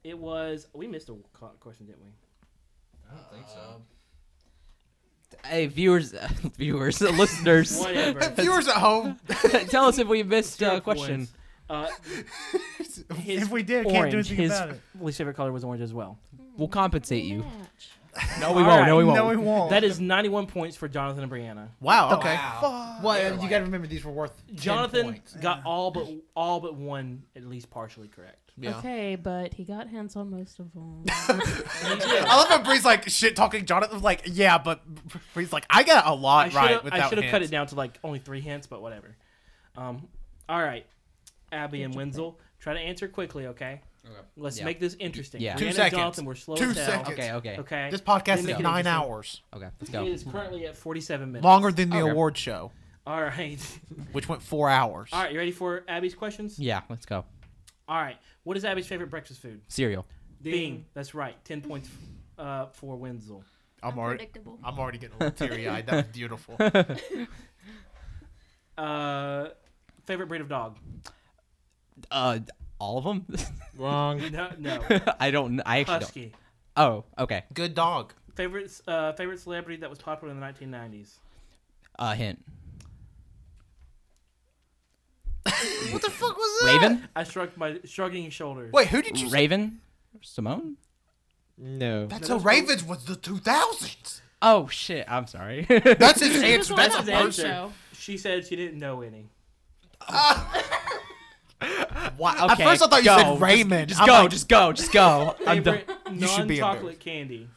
A: It was. We missed a co- question, didn't we?
E: I don't think so.
G: Hey, viewers, uh, viewers, listeners,
A: Whatever.
B: Viewers at home,
G: tell us if we missed a
A: Zero
G: question.
A: points. Uh, his
C: If we did, can't
A: orange,
C: do anything
A: his
C: about it.
A: least favorite color was orange as well.
G: We'll compensate you.
D: Match.
G: No, we
A: All
G: won't.
A: right.
G: No, we won't.
C: No, we won't.
A: That is 91 points for Jonathan and Brianna.
B: Wow. Okay.
C: Well,
B: you got to remember these were worth.
A: Jonathan got all but all but one at least partially correct.
B: Yeah.
D: Okay, but he got hands on most of them.
B: I love how Bree's like shit talking Jonathan. Like, yeah, but Bree's like, I got a lot
A: I should
B: right
A: have
B: without
A: cut it
B: hints.
A: down to like only three hints, but whatever. Um, all right, Abby and Wenzel, try to answer quickly, okay? Let's
G: Yeah.
A: make this interesting.
G: Yeah.
A: Brianna
G: Two
A: and
B: seconds.
A: Jonathan, we're slow
B: Two
A: as hell,
B: seconds.
G: Okay, okay,
A: Okay.
B: This podcast
A: Then make
B: is
A: it
B: nine
A: interesting.
B: hours
G: okay. Let's
A: It
G: go.
A: is currently at 47 minutes.
B: longer than the
G: Okay.
B: award show,
A: All right.
B: which went four hours.
A: All right. You ready for Abby's questions?
G: Yeah, let's go.
A: All right. What is Abby's favorite breakfast food?
G: Cereal.
A: Bing. That's right. 10 points uh, for Wenzel.
B: I'm already,
H: Predictable.
B: I'm already getting a little teary eyed. That was beautiful.
A: Uh, favorite breed of dog?
G: Uh, all of them?
F: wrong.
A: No, no.
G: I don't. I actually don't.
A: Husky.
G: Oh, okay.
B: Good dog.
A: Favorite uh, favorite celebrity that was popular in the 1990s?
G: Uh, hint.
B: What the fuck was that?
G: Raven.
A: I shrugged my shrugging shoulders.
B: Wait, who did you? say?
G: Raven. Simone.
F: No.
B: That's so Ravens was the 2000s.
G: Oh shit! I'm sorry.
B: That's his
D: He was
B: answer.
D: on
B: That's
D: that
B: his
A: a
D: one
A: answer.
B: answer.
D: show.
A: She said she didn't know any.
B: Wow. At
G: Okay,
B: first, I thought you
G: go.
B: said Raymond.
G: just
B: I'm
G: go.
B: like,
G: just go. Just go. I'm done.
A: Favorite
B: should be
A: non-chocolate candy?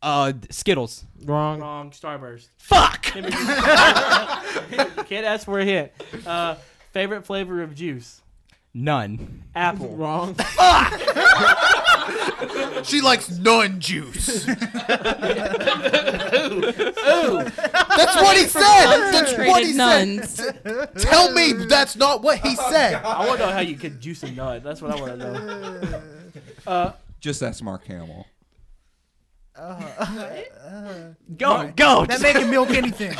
G: Uh, Skittles.
F: Wrong.
A: Wrong. Starburst.
G: Fuck.
A: Can't ask for a hint. Uh, favorite flavor of juice?
G: None.
A: Apple.
F: Wrong.
B: She likes nun juice. That's what he said. That's what he
D: Traded nuns.
B: said. Tell me that's not what he
E: Oh,
B: said.
A: I want to know how you could juice a nut. That's what I want to know.
E: Just ask Mark Hamill.
G: Go. go.
C: That making milk anything.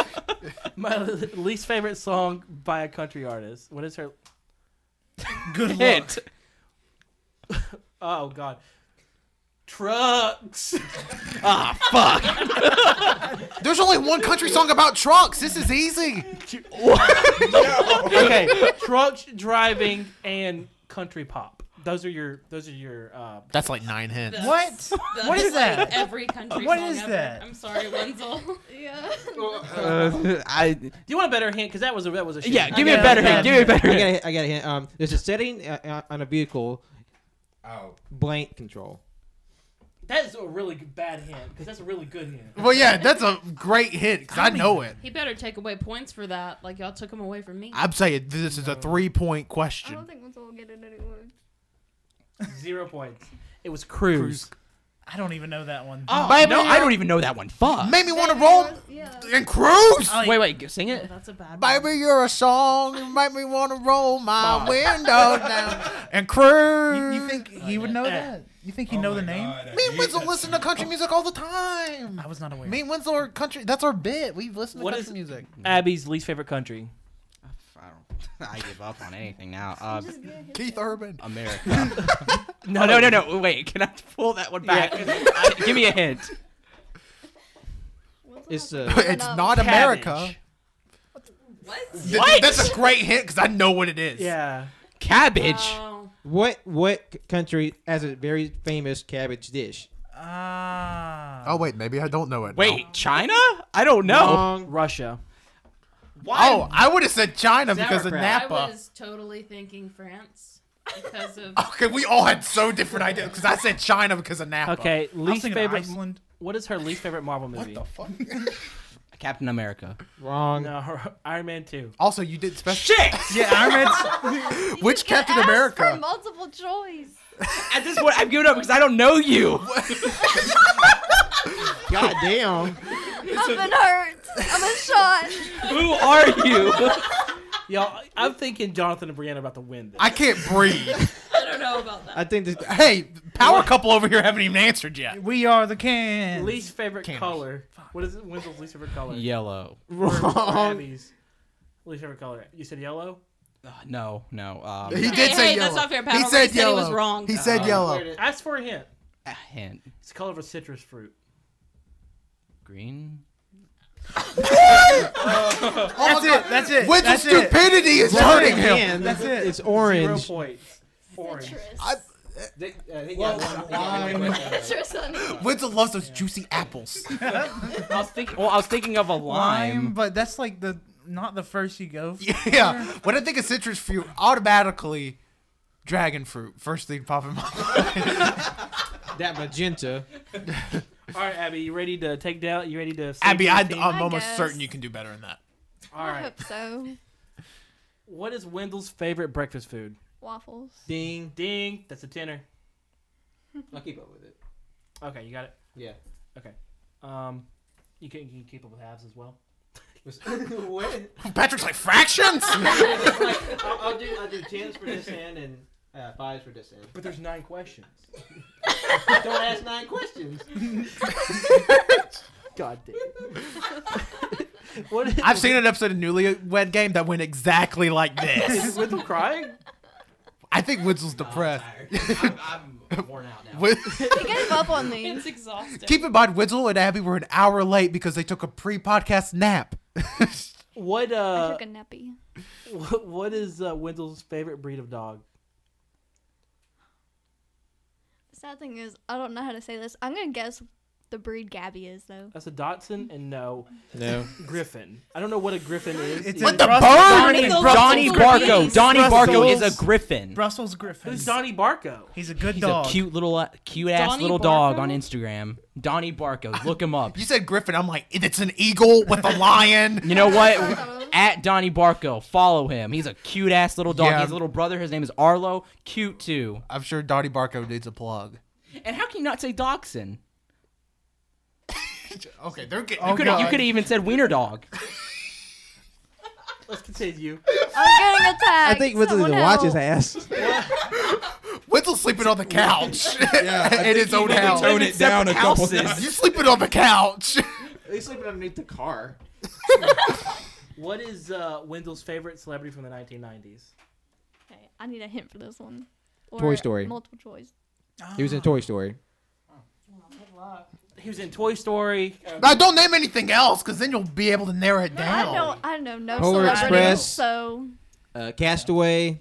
A: My least favorite song by a country artist. What is her?
C: Good luck.
G: hint.
A: Oh God. Trucks. ah, fuck.
B: There's only one country song about trucks. This is easy.
A: Okay, trucks, driving, and country pop. Those are your. Those are your. Uh,
B: That's like nine hints.
C: What?
I: That's
C: What is
I: like
C: that?
I: Every country
C: What
I: song
C: is
I: ever.
C: that?
I: I'm sorry, Wenzel.
H: Yeah.
F: Uh, I
A: do you want a better hint? Because that was a that was a shitty
G: Yeah,
A: one.
G: give me a
C: got
G: better
C: it.
G: hint. Give me a better
F: I got
G: hint.
F: a, I got a hint. Um, there's a setting uh, on a vehicle
E: Oh.
F: blank control.
A: That's a really g- bad hint because that's a really good hint.
B: Well, yeah, that's a great hint because I know it.
I: He better take away points for that. Like y'all took him away from me.
B: I'm saying this is a three point
H: I don't
B: question.
H: think Winslow will get it anymore.
A: Zero points. It was cruise.
C: I don't even know that one.
G: Oh, I, no, I don't even know that one. Fuck.
B: Made me want to roll Uh,
H: Yeah.
B: and cruise.
C: I like-
G: Wait, wait, sing it.
I: That's a bad.
B: Baby, you're a song. You make me want to roll my window down and cruise.
C: You, you think he would know that? You think he'd know the name?
B: Me and Winslow listen to country music all the time.
C: I was not aware.
B: Me and Winslow are country. That's our bit. We listen to
A: What
B: country
A: is-
B: music.
A: Abby's least favorite country.
G: I, don't, I give up on anything now. Uh,
H: Just get his
B: Keith Urban.
G: America.
A: No,
G: Oh, no, no, no. Wait, can I pull that one back? Give me a hint.
H: Winslow
F: It's
H: has
F: uh,
H: to pull it
B: It's
H: up.
B: not America.
A: Cabbage.
I: What?
B: Th- That's a great hint because I know what it is.
A: Yeah.
G: Cabbage.
I: Oh,
F: what what c- country has a very famous cabbage dish?
C: Ah.
B: Oh wait, maybe I don't know it. Oh. now.
G: Wait, China? I don't know.
F: Wrong.
A: Russia.
B: Oh, I would have said China because of
I: I
B: Napa.
I: was totally thinking France because of.
B: Okay, we all had so different ideas because I said China because of Napa.
A: Okay,
C: I was
A: least
C: thinking
A: favorite.
C: Iceland.
A: What is her least favorite Marvel movie?
B: fuck?
G: Captain America.
F: Wrong.
A: no, her, Iron Man Two.
B: Also, you did special.
G: Shit!
C: Yeah, Iron Man's.
H: You
B: Which
H: can
B: Captain
H: ask
B: America?
H: For multiple choice.
G: At this point, I've given up because I don't know you.
F: God damn.
H: I've been hurt. I'm a shot.
G: Who are you?
A: Y'all, I'm thinking Jonathan and Brianna about to win this.
B: I can't breathe.
I: I don't know about that.
F: I think this,
B: hey, power couple over here haven't even answered yet.
C: We are the can.
A: least favorite
B: Candles.
A: color. What is it? Winslow's least favorite color?
G: Yellow.
A: Or- or Abby's least favorite color. You said yellow.
G: Uh, no, no. Um,
B: He did
I: Hey,
B: say
I: hey, that's
B: yellow.
I: not fair,
B: He
I: Pavel.
B: said
I: He said he
B: yellow.
I: was wrong.
B: He said
E: Uh-huh.
B: yellow.
A: Ask for a hint.
G: a hint.
A: It's the color of a citrus fruit.
G: Green.
B: Oh
C: That's it. That's it.
B: With the
C: that's it.
B: stupidity is hurting him.
F: Man,
C: That's it.
F: It's
A: Zero
F: orange.
A: points. Orange.
H: Citrus.
B: I-
H: Citrus honey.
B: Winslow loves those juicy apples.
G: I was thinking. Well, I was thinking of a lime.
C: Lime, but that's like the not the first you go. For.
B: yeah. When I think of citrus fruit, automatically dragon fruit. First thing popping my
F: That magenta.
A: All right, Abby, you ready to take down? You ready to? save
B: Abby,
A: your
B: I,
A: team?
B: I'm
H: I
B: almost
H: guess.
B: certain you can do better than that.
A: All
H: I
A: right.
H: hope so.
A: What is Wendell's favorite breakfast food?
H: Waffles.
F: Ding.
A: Ding. That's a tenner.
F: I'll keep up with it.
A: Okay, you got it.
F: Yeah.
A: Um, you can, you can keep up with halves as well.
F: what?
B: Patrick's like fractions.
F: I'll, I'll do I'll do tens for this end and uh, fives for this end.
A: But there's nine questions.
F: Don't ask nine questions.
A: God damn. it. what is,
B: I've seen an episode of Newlywed Game that went exactly like this.
A: is Wendell crying?
B: I think Winslow's depressed.
G: I'm, I'm worn out now.
B: Win-
H: He gave up on me.
I: It's exhausting.
B: Keep in mind, Winslow and Abby were an hour late because they took a pre-podcast nap.
A: What
H: I
A: uh?
H: took a nappy.
A: wh- What is uh, Wendell's favorite breed of dog?
H: The sad thing is, I don't know how to say this. I'm gonna guess the breed Gabby is though.
A: That's a Dotson and no
F: No.
A: Griffin. I don't know what a Griffin is.
C: It's
A: Either.
B: What the
C: Russell-
B: bird?
I: Donnie the
G: Donnie
I: Little
G: Barco.
I: Beast.
G: Donnie Barco is
C: Brussels.
G: a griffin.
C: Brussels Griffin.
A: Who's Donnie Barco?
C: He's a good
G: He's
C: dog.
G: a cute little, uh, cute ass
I: Donnie
G: little dog
I: Barco?
G: on Instagram. Donnie Barco. Look him up.
B: You said Griffin. I'm like, it's an eagle with a lion.
G: You know what?
H: Barco.
G: At Donnie Barco, follow him. He's a cute ass little dog.
B: Yeah.
G: He's His little brother, his name is Arlo. Cute too.
B: I'm sure Donnie Barco needs a plug.
G: And how can you not say Dachshund?
B: Okay, they're getting. oh
G: You could you could even said wiener dog.
A: Let's continue.
H: I'm getting attacked. Someone help.
F: ass.
B: Winslow's sleeping on the couch
E: Yeah, I
B: in
E: think
B: his
E: he
B: own
E: need to
B: house.
E: Tone it down a couple
G: houses.
E: times.
B: You sleeping on the couch.
F: He's sleeping underneath the car.
A: What is uh, Wendell's favorite celebrity from the 1990s?
H: Okay, I need a hint for this one. Or
F: Toy Story.
H: Multiple choice.
F: He was in Toy Story.
I: good luck.
A: He was in Toy Story. Uh,
B: Now, don't name anything else, because then you'll be able to narrow it down.
H: I don't. I know no
F: Polar
H: celebrities,
F: Express.
H: so
F: Uh, Castaway.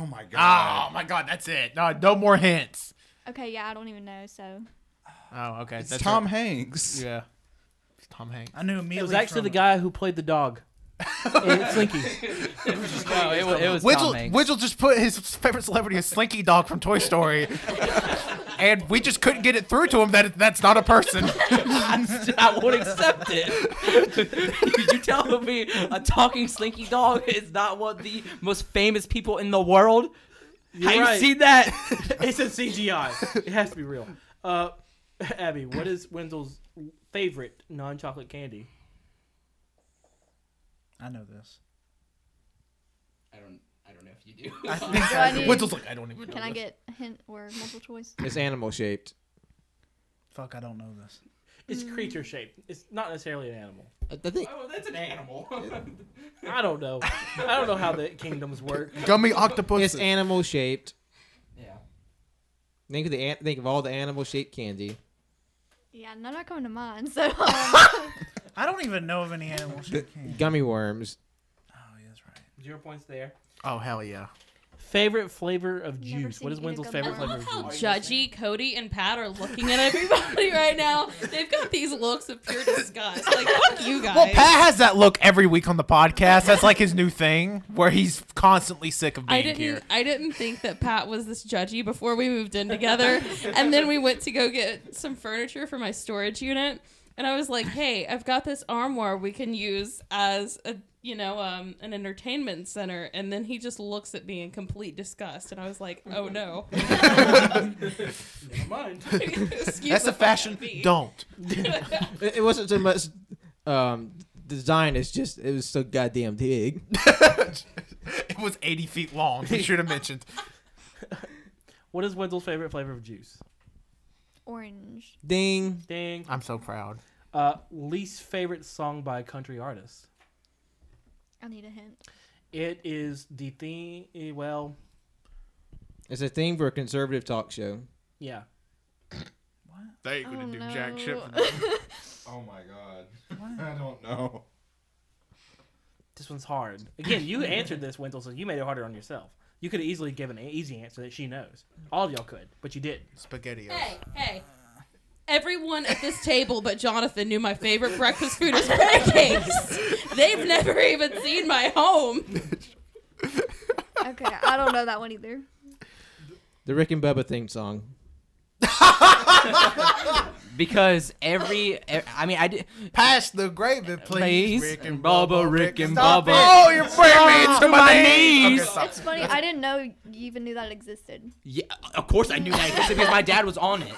E: Oh my
B: Oh
E: god.
B: my god, that's it. No, no more hints.
H: okay, yeah, I don't even know. So
B: Oh, okay.
E: it's
B: that's
E: Tom
B: it.
E: Hanks.
B: Yeah. It's Tom Hanks.
C: I knew immediately.
A: it was actually
C: from
A: the
C: it.
A: guy who played the dog. in Slinky.
G: No, it, wa- it was Tom
B: Widgel,
G: Hanks.
B: Widgel just put his favorite celebrity as Slinky Dog from Toy Story, and we just couldn't get it through to him that it- that's not a person.
G: I won't accept it. Did you tell me a talking slinky dog is not one of the most famous people in the world?
A: You're
G: Have
A: right.
G: you seen that?
A: It's a CGI. It has to be real. Uh, Abby, what is Wenzel's favorite non-chocolate candy?
C: I know this.
G: I don't. I don't know if you do.
H: do I need,
B: Widgel's like, I don't even.
H: can I get a hint or multiple choice?
F: It's animal shaped.
C: Fuck, I don't know this.
A: It's creature shaped. It's not necessarily an animal.
F: I think
G: Oh, that's an animal.
A: I don't know. I don't know how the kingdoms work.
B: Gummy octopus.
F: it's animal shaped.
G: yeah.
F: Think of the an- think of all the animal shaped candy.
H: Yeah, none are coming to mind. So um,
C: I don't even know of any animal shit candy.
F: Gummy worms.
C: Oh, yeah, that's right.
A: Zero points there.
B: oh hell yeah.
A: Favorite flavor of
H: Never
A: juice. What is
H: seen it in a
A: Wenzel's
H: gum.
A: favorite
I: I
A: flavor
I: love
A: of
I: how
D: Oh,
A: juice?
D: judgy Cody and Pat are looking at everybody right now. They've got these looks of pure disgust. Like, fuck you guys.
B: Well, Pat has that look every week on the podcast. That's like his new thing, where he's constantly sick of being
D: I didn't.
B: here.
D: I didn't think that Pat was this judgy before we moved in together, and then we went to go get some furniture for my storage unit, and I was like, "Hey, I've got this armoire we can use as a you know um, an entertainment center," and then he just looks at me in complete disgust, and I was like, "Oh no."
A: Never mind.
D: Excuse
B: That's
D: the
B: a fashion.
D: fuck out of me.
B: Don't.
F: It, it wasn't so much um, design. It's just it was so goddamn big.
B: It was 80 feet long. You should have mentioned.
A: What is Wenzel's favorite flavor of juice?
H: orange.
F: Ding.
A: Dang.
B: I'm so proud.
A: Uh, least favorite song by a country artist.
H: I need a hint.
A: It is the theme. eh, Well,
F: It's a theme for a conservative talk show.
A: yeah.
B: They ain't
H: gonna Oh, do no.
B: jack
H: jack
B: shit
H: shit
B: for
H: for
B: them.
E: Oh my god. I don't know.
A: This one's hard. Again, you answered this, Wenzel, so you made it harder on yourself. You could have easily given an easy answer that she knows. All of y'all could, but you did.
B: Spaghetti.
D: Hey, hey. Everyone at this table but Jonathan knew my favorite breakfast food is pancakes. They've never even seen my home.
H: Okay, I don't know that one either.
F: The Rick and Bubba theme song.
G: Because every, e- I mean, I did.
B: Pass the gravy, please.
G: Please.
B: Rick and
G: Bubba,
B: Bubba,
G: Rick and
B: Stop
G: Bubba.
B: it. Oh, you're bringing me to my, knees. Okay, stop.
H: It's funny. I didn't know you even knew that existed.
G: Yeah, of course I knew that existed because my dad was on it.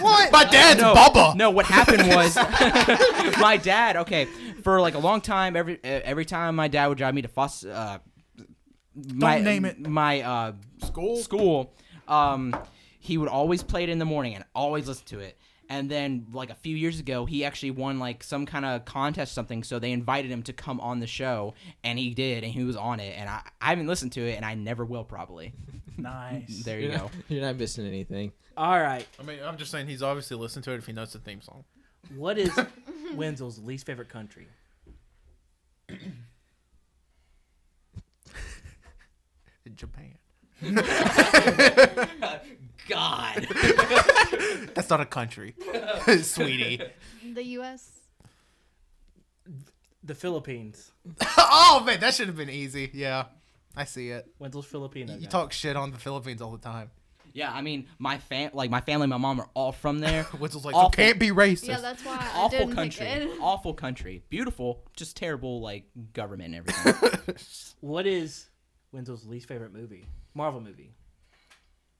B: What? My dad's Bubba.
G: No, what happened was my dad. Okay, for like a long time, every uh, every time my dad would drive me to Foss. Uh, my,
C: name it.
G: My uh,
B: School.
G: school. Um, he would always play it in the morning and always listen to it. And then like a few years ago, he actually won like some kind of contest, or something. So they invited him to come on the show, and he did, and he was on it. And I, I haven't listened to it, and I never will probably.
C: Nice.
G: There you
F: You're
G: go.
F: not, you're not missing anything.
A: All right.
B: I mean, I'm just saying he's obviously listened to it if he knows the theme song.
A: What is Wenzel's least favorite country?
B: In Japan.
G: God.
B: That's not a country, sweetie.
H: The U.S.
A: The Philippines.
B: oh man, that should have been easy. Yeah, I see it.
A: Wenzel's Filipino.
B: You
A: now.
B: talk shit on the Philippines all the time.
G: Yeah, I mean, my fam, like my family, my mom are all from there.
B: Which is like,
G: Awful.
B: you can't be racist.
H: Yeah, that's why I
G: awful
H: didn't
G: country,
H: pick it.
G: awful country, beautiful, just terrible like government and everything.
A: What is Wenzel's least favorite movie? Marvel movie.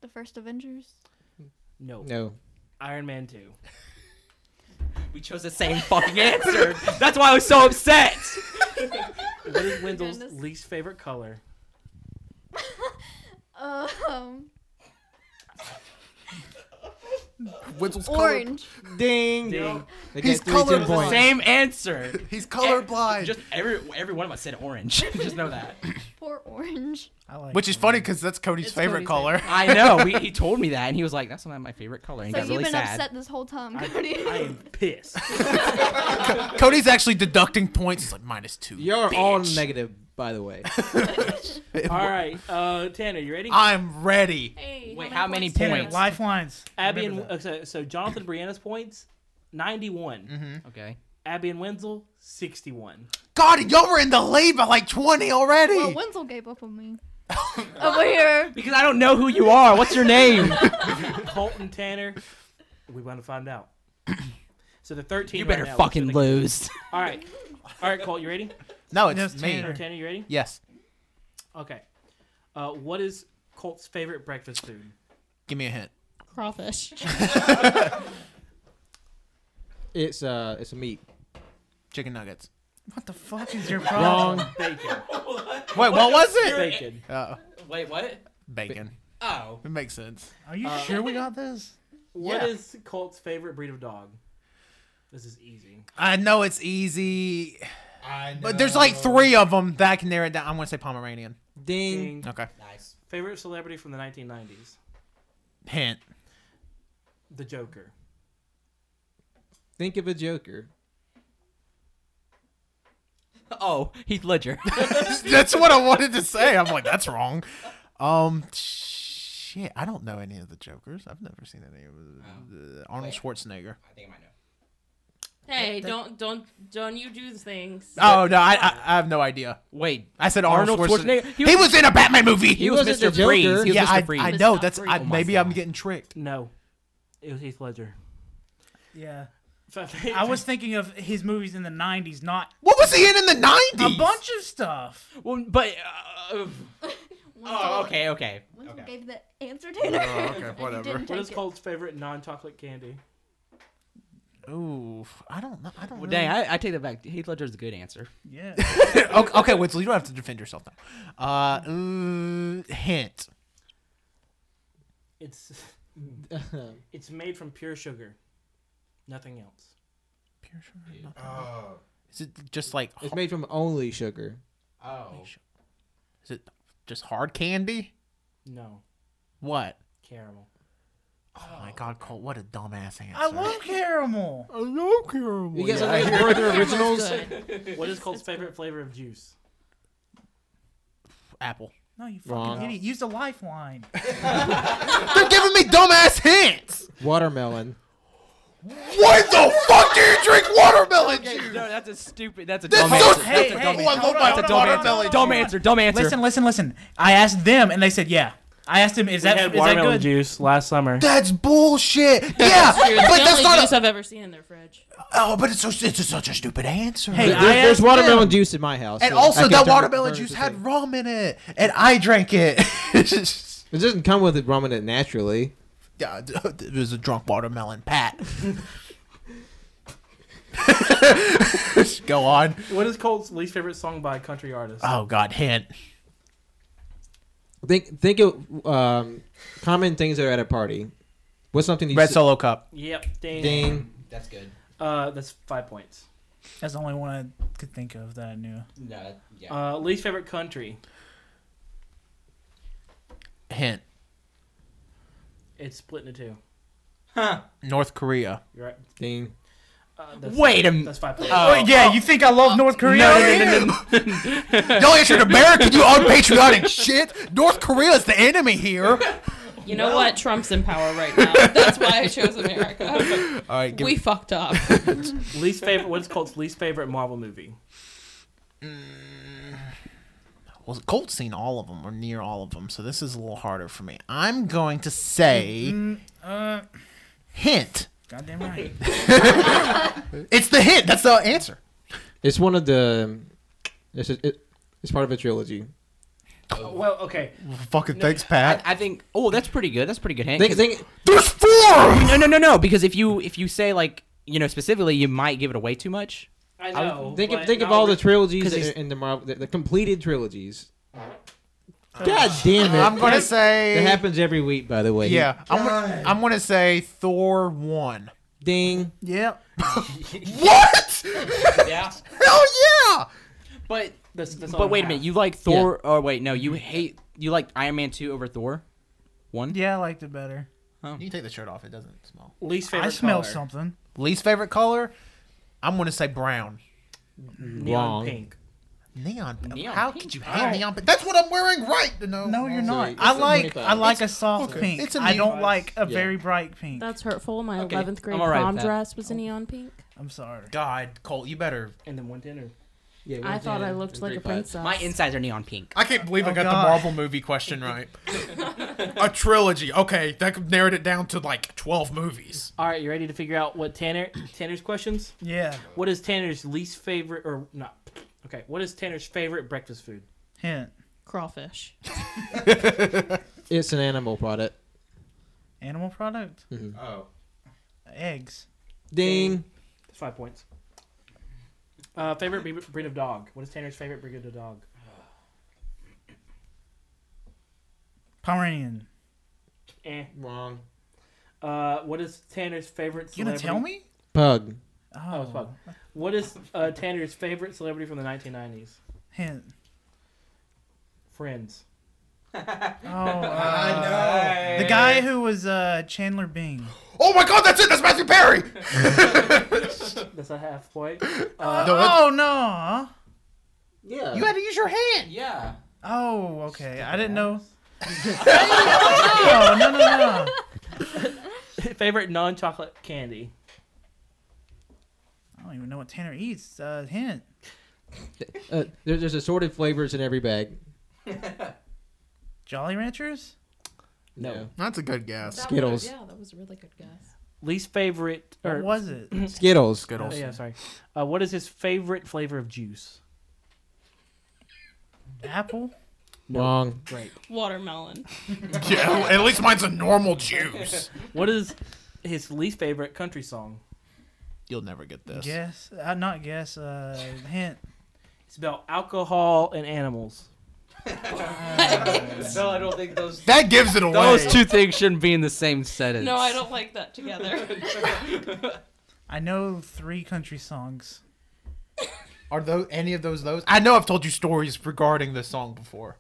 H: The first Avengers.
A: No.
F: No.
A: Iron Man 2.
G: we chose the same fucking answer. That's why I was so upset.
A: What is Wenzel's
H: Goodness.
A: least favorite color?
H: Um.
B: Wenzel's color.
H: Orange.
F: Ding.
G: Ding.
F: They
B: He's
F: get three ten
B: colorblind.
F: points.
G: Same answer.
B: He's colorblind.
G: Just every every one of us said orange. Just know that.
H: Poor orange.
C: I like
B: Which is funny because that's Cody's
D: It's
B: favorite
D: Cody's
B: color.
G: I know. We, he told me that, and he was like, "That's not my favorite color." And
H: So
G: he got
H: you've
G: really
H: been
G: sad.
H: upset this whole time, Cody.
A: I am pissed.
B: Cody's actually deducting points. He's like minus two.
F: You're all
B: bitch.
F: negative, by the way.
A: All right, uh, Tanner, you ready?
B: I'm ready.
D: Hey,
G: Wait, how many
C: Tanner,
G: points?
C: lifelines.
A: Abby and
C: Remember
A: uh, so, so Jonathan Brianna's points, ninety-one.
G: Okay.
A: Abby and Wenzel, sixty-one.
B: God, y'all were in the lead by like 20 already.
H: Well, Wenzel gave up on me. Over here.
G: Because I don't know who you are. What's your name?
A: Colton Tanner, we want to find out. So the thirteen.
G: you
A: right
G: better
A: now,
G: fucking
A: looks like-
G: lose.
A: All right, all right, Colt, you ready?
B: no, it's
C: No, it's
B: me.
C: Tanner.
A: Tanner, you ready?
B: Yes.
A: Okay. Uh, what is Colt's favorite breakfast food?
B: Give me a hint.
D: Crawfish.
F: It's uh, it's a meat.
B: Chicken nuggets.
C: What the fuck is your problem?
A: Bacon.
B: Wait, what was it?
A: Bacon.
B: Uh,
G: Wait, what?
B: bacon.
G: Oh.
B: It makes sense.
C: Are you sure we got this?
A: What
B: Yeah.
A: is Colt's favorite breed of dog? This is easy.
B: I know it's easy,
E: I know.
B: but there's like three of them that I can narrow it down. I'm gonna say Pomeranian.
F: Ding.
A: Ding.
B: Okay.
E: Nice.
A: Favorite celebrity from the 1990s?
B: Hint.
A: The Joker.
F: Think of a Joker.
G: Oh, Heath Ledger.
B: that's what I wanted to say. I'm like, that's wrong. Um, shit. I don't know any of the Jokers. I've never seen any of the Arnold Schwarzenegger.
G: I think I might know.
I: Hey, don't don't don't you do things.
B: Oh no, I I, I have no idea.
G: Wait.
B: I said Arnold,
G: Arnold
B: Schwarzenegger.
G: Schwarzenegger?
B: He was, in a Batman movie.
G: He was
F: wasn't the
G: Mr. Freeze. He
F: Joker.
G: was
B: yeah,
G: Mr.
B: I,
G: Freeze.
B: I know.
I: Mr.
B: That's I,
I: Freeze.
B: maybe
G: Oh my
B: I'm
G: God.
B: getting tricked.
A: No. It was Heath Ledger.
C: Yeah. I was thinking of his movies in the 90s, not
B: What was he in in the
C: a
B: nineties?
C: bunch of stuff.
G: Well, but. Uh, oh, okay, okay.
H: Wenzel gave the answer, Tanner.
B: okay,
H: and he
B: whatever.
H: didn't
A: What
H: take
A: is
H: it.
A: Colt's favorite non-chocolate candy?
B: Ooh, I don't know. I don't.
G: Well,
B: really-
G: dang, I, I take that back. Heath Ledger's a good answer.
C: Yeah.
B: okay, okay, Wenzel, you don't have to defend yourself now. Uh, ooh, hint.
A: It's it's made from pure sugar. Nothing else.
B: Pure sugar. no.
E: Oh.
B: Is it just like?
F: It's
B: ho-
F: made from only sugar.
E: Oh.
B: Is it just hard candy?
A: No.
B: What?
A: Caramel.
B: Oh, my God, Colt! What a dumbass answer.
C: I love caramel.
B: I love
G: Oh,
B: caramel.
F: You guys are like Werther originals.
A: What is Colt's favorite flavor of juice?
B: Apple.
C: No, you fucking
F: Wrong.
C: idiot. Use the lifeline.
B: They're giving me dumbass hints.
F: Watermelon.
B: What the fuck do you drink watermelon juice?
G: No, that's a stupid. That's a
B: That's
G: dumb
B: so
G: answer.
B: Hey,
G: that's a
B: hey,
G: dumb
B: hey,
G: answer.
B: I love my
G: That's a dumb
B: watermelon
G: answer. Dumb answer. Dumb answer.
C: Listen, listen, listen. I asked them and they said, yeah. I asked him, is that,
A: we
C: is
A: had
C: that
A: watermelon
C: good?
A: juice last summer.
B: That's bullshit. Yeah,
D: It's the
B: but that's
D: only
B: not.
D: juice
B: A,
D: I've ever seen in their fridge.
B: oh, but it's so it's such a stupid answer.
C: Hey,
F: There-
C: I
F: there's
C: asked
F: watermelon
C: them.
F: juice in my house.
B: and
F: so I
B: also
F: can
B: that
F: jump
B: watermelon
F: from
B: juice
F: to
B: had
F: thing.
B: rum in it, and I drank it.
F: It doesn't come with it rum in it naturally.
B: Yeah, it was a drunk watermelon, Pat. Go on.
A: What is Colt's least favorite song by a country artist?
B: Oh God, hint.
F: Think think of um, common things that are at a party. What's something you
B: Red
F: s-
B: Solo Cup.
A: yep. Dang.
F: Ding.
G: That's good.
A: Uh, that's five points.
C: That's the only one I could think of that I knew.
G: No. Yeah.
A: Uh, least favorite country.
B: Hint.
A: It's split into two.
B: North Korea.
A: You're right.
F: Ding.
A: Uh, that's,
G: Wait a m-
A: That's five points.
C: Oh, yeah, you think I love North Korea?
B: Y'all answered American, you unpatriotic shit. North Korea is the enemy here. All
D: You know what? Trump's in power right now. That's why I chose America.
B: right, give
D: we fucked up.
A: least favorite. What is Colt's least favorite Marvel movie?
B: Well, Colt's seen all of them or near all of them, so this is a little harder for me. I'm going to say
C: uh,
B: hint.
C: goddamn right.
B: It's the hint. That's the answer.
F: It's one of the. It's a, it, it's part of a trilogy.
A: Well, okay.
B: Fucking thanks,
G: I,
B: Pat.
G: I think. Oh, that's pretty good. That's pretty good hint.
F: Think
G: 'cause-
F: think
B: There's four.
G: no, no, no, no. Because if you if you say like you know specifically, you might give it away too much.
A: I
F: I
A: know.
F: would- think of
A: but
F: think of
A: not
F: all the
A: re-
F: trilogies
G: 'cause he's-
F: Uh, in the Marvel the, the completed trilogies. God damn it!
B: I'm gonna
F: That
B: say.
F: happens every week, by the way.
B: Yeah, I'm gonna, I'm gonna say Thor one.
F: Ding.
C: Yep.
B: What?
G: Yeah.
B: Hell yeah!
G: But
A: That's, that's all I
G: but wait a
A: have.
G: minute, you like Thor? Oh wait, no, you hate you like Iron Man two over Thor. One.
C: Yeah, I liked it better.
B: You can take the shirt off; it doesn't smell.
A: Least favorite
C: I smell
A: color.
C: something.
B: Least favorite color? I'm gonna say brown.
A: Neon
F: Wrong.
A: pink.
B: Neon. pink.
G: Neon
B: How
G: pink?
B: could you hate neon pink? That's what I'm wearing right. No,
C: No, you're not.
F: it's
C: I
F: a
C: like
F: unified.
C: I like a soft
B: okay.
C: pink.
B: It's a
C: I don't
B: unified.
C: like a
F: Yeah.
C: very bright pink.
I: That's hurtful. My
G: Okay,
I: 11th grade
G: I'm all right
I: prom
G: with that.
I: dress was a neon pink.
C: I'm sorry.
B: God, Colt, you better.
A: And then one dinner.
F: Yeah,
I: I
F: one
I: thought
F: down.
I: I looked like
F: Three,
I: a
F: five.
I: princess.
G: My insides are neon pink.
B: I can't believe I
C: Oh,
B: got
C: God.
B: the Marvel movie question right. a trilogy. Okay, that narrowed it down to like 12 movies.
A: All right, you ready to figure out what Tanner Tanner's questions?
C: Yeah.
A: What is Tanner's least favorite or not? Okay, what is Tanner's favorite breakfast food?
C: Hint.
I: Crawfish.
F: It's an animal product.
C: Animal product.
E: Oh.
C: Eggs.
F: Ding.
A: That's five points. Uh, favorite bre- breed of dog. What is Tanner's favorite breed of dog?
C: Pomeranian.
A: Eh.
F: Wrong.
A: Uh, what is Tanner's favorite?
C: You gonna
A: Celebrity?
C: tell me?
F: Pug.
A: Oh, it's fun. What is uh, Tanner's favorite celebrity from the 1990s?
C: Hint.
A: Friends.
C: Oh, uh, the guy who was uh, Chandler Bing.
B: Oh my god, that's it! That's Matthew Perry!
A: That's a half point.
B: No, it's-
C: oh no.
F: Yeah.
B: you had to use your hand!
G: Yeah.
C: Oh, okay. I didn't know. oh, no, no, no.
A: favorite non-chocolate candy.
C: I don't even know what Tanner eats. Uh, hint.
F: uh, there, there's assorted flavors in every bag.
C: Jolly Ranchers?
F: No.
B: That's a good guess.
F: Skittles.
I: yeah, that was a really good guess.
A: Least favorite.
C: What
A: Or,
C: was it?
F: Skittles.
A: oh,
B: Skittles.
A: yeah, sorry. Uh, what is his favorite flavor of juice?
C: Apple?
F: Wrong.
A: Grape.
I: Watermelon.
B: Yeah, at least mine's a normal juice.
A: What is his least favorite country song?
B: You'll never get this.
C: Guess. Uh, not guess. Uh, hint.
A: It's about alcohol and animals.
G: No, I don't think those.
B: That gives it away.
G: Those two things shouldn't be in the same sentence.
I: No, I don't like that together.
C: I know three country songs.
B: Are those any of those those? I know I've told you stories regarding this song before.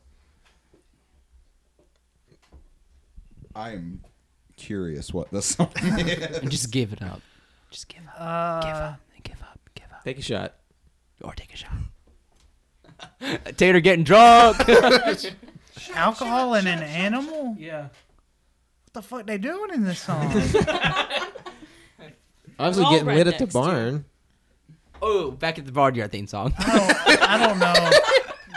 E: I'm curious what this song is.
G: Just give it up. Just give up. give
C: Uh,
G: up. Give up. Give up.
F: Take a shot.
G: Or take a shot. Tater getting drunk.
C: alcohol and an animal? What
A: Yeah.
C: the fuck they doing in this song?
F: Obviously
I: We're all
F: getting lit
I: rednecks,
F: at the
I: dude.
F: barn.
G: oh, back at the barnyard theme song.
C: I don't, I don't know.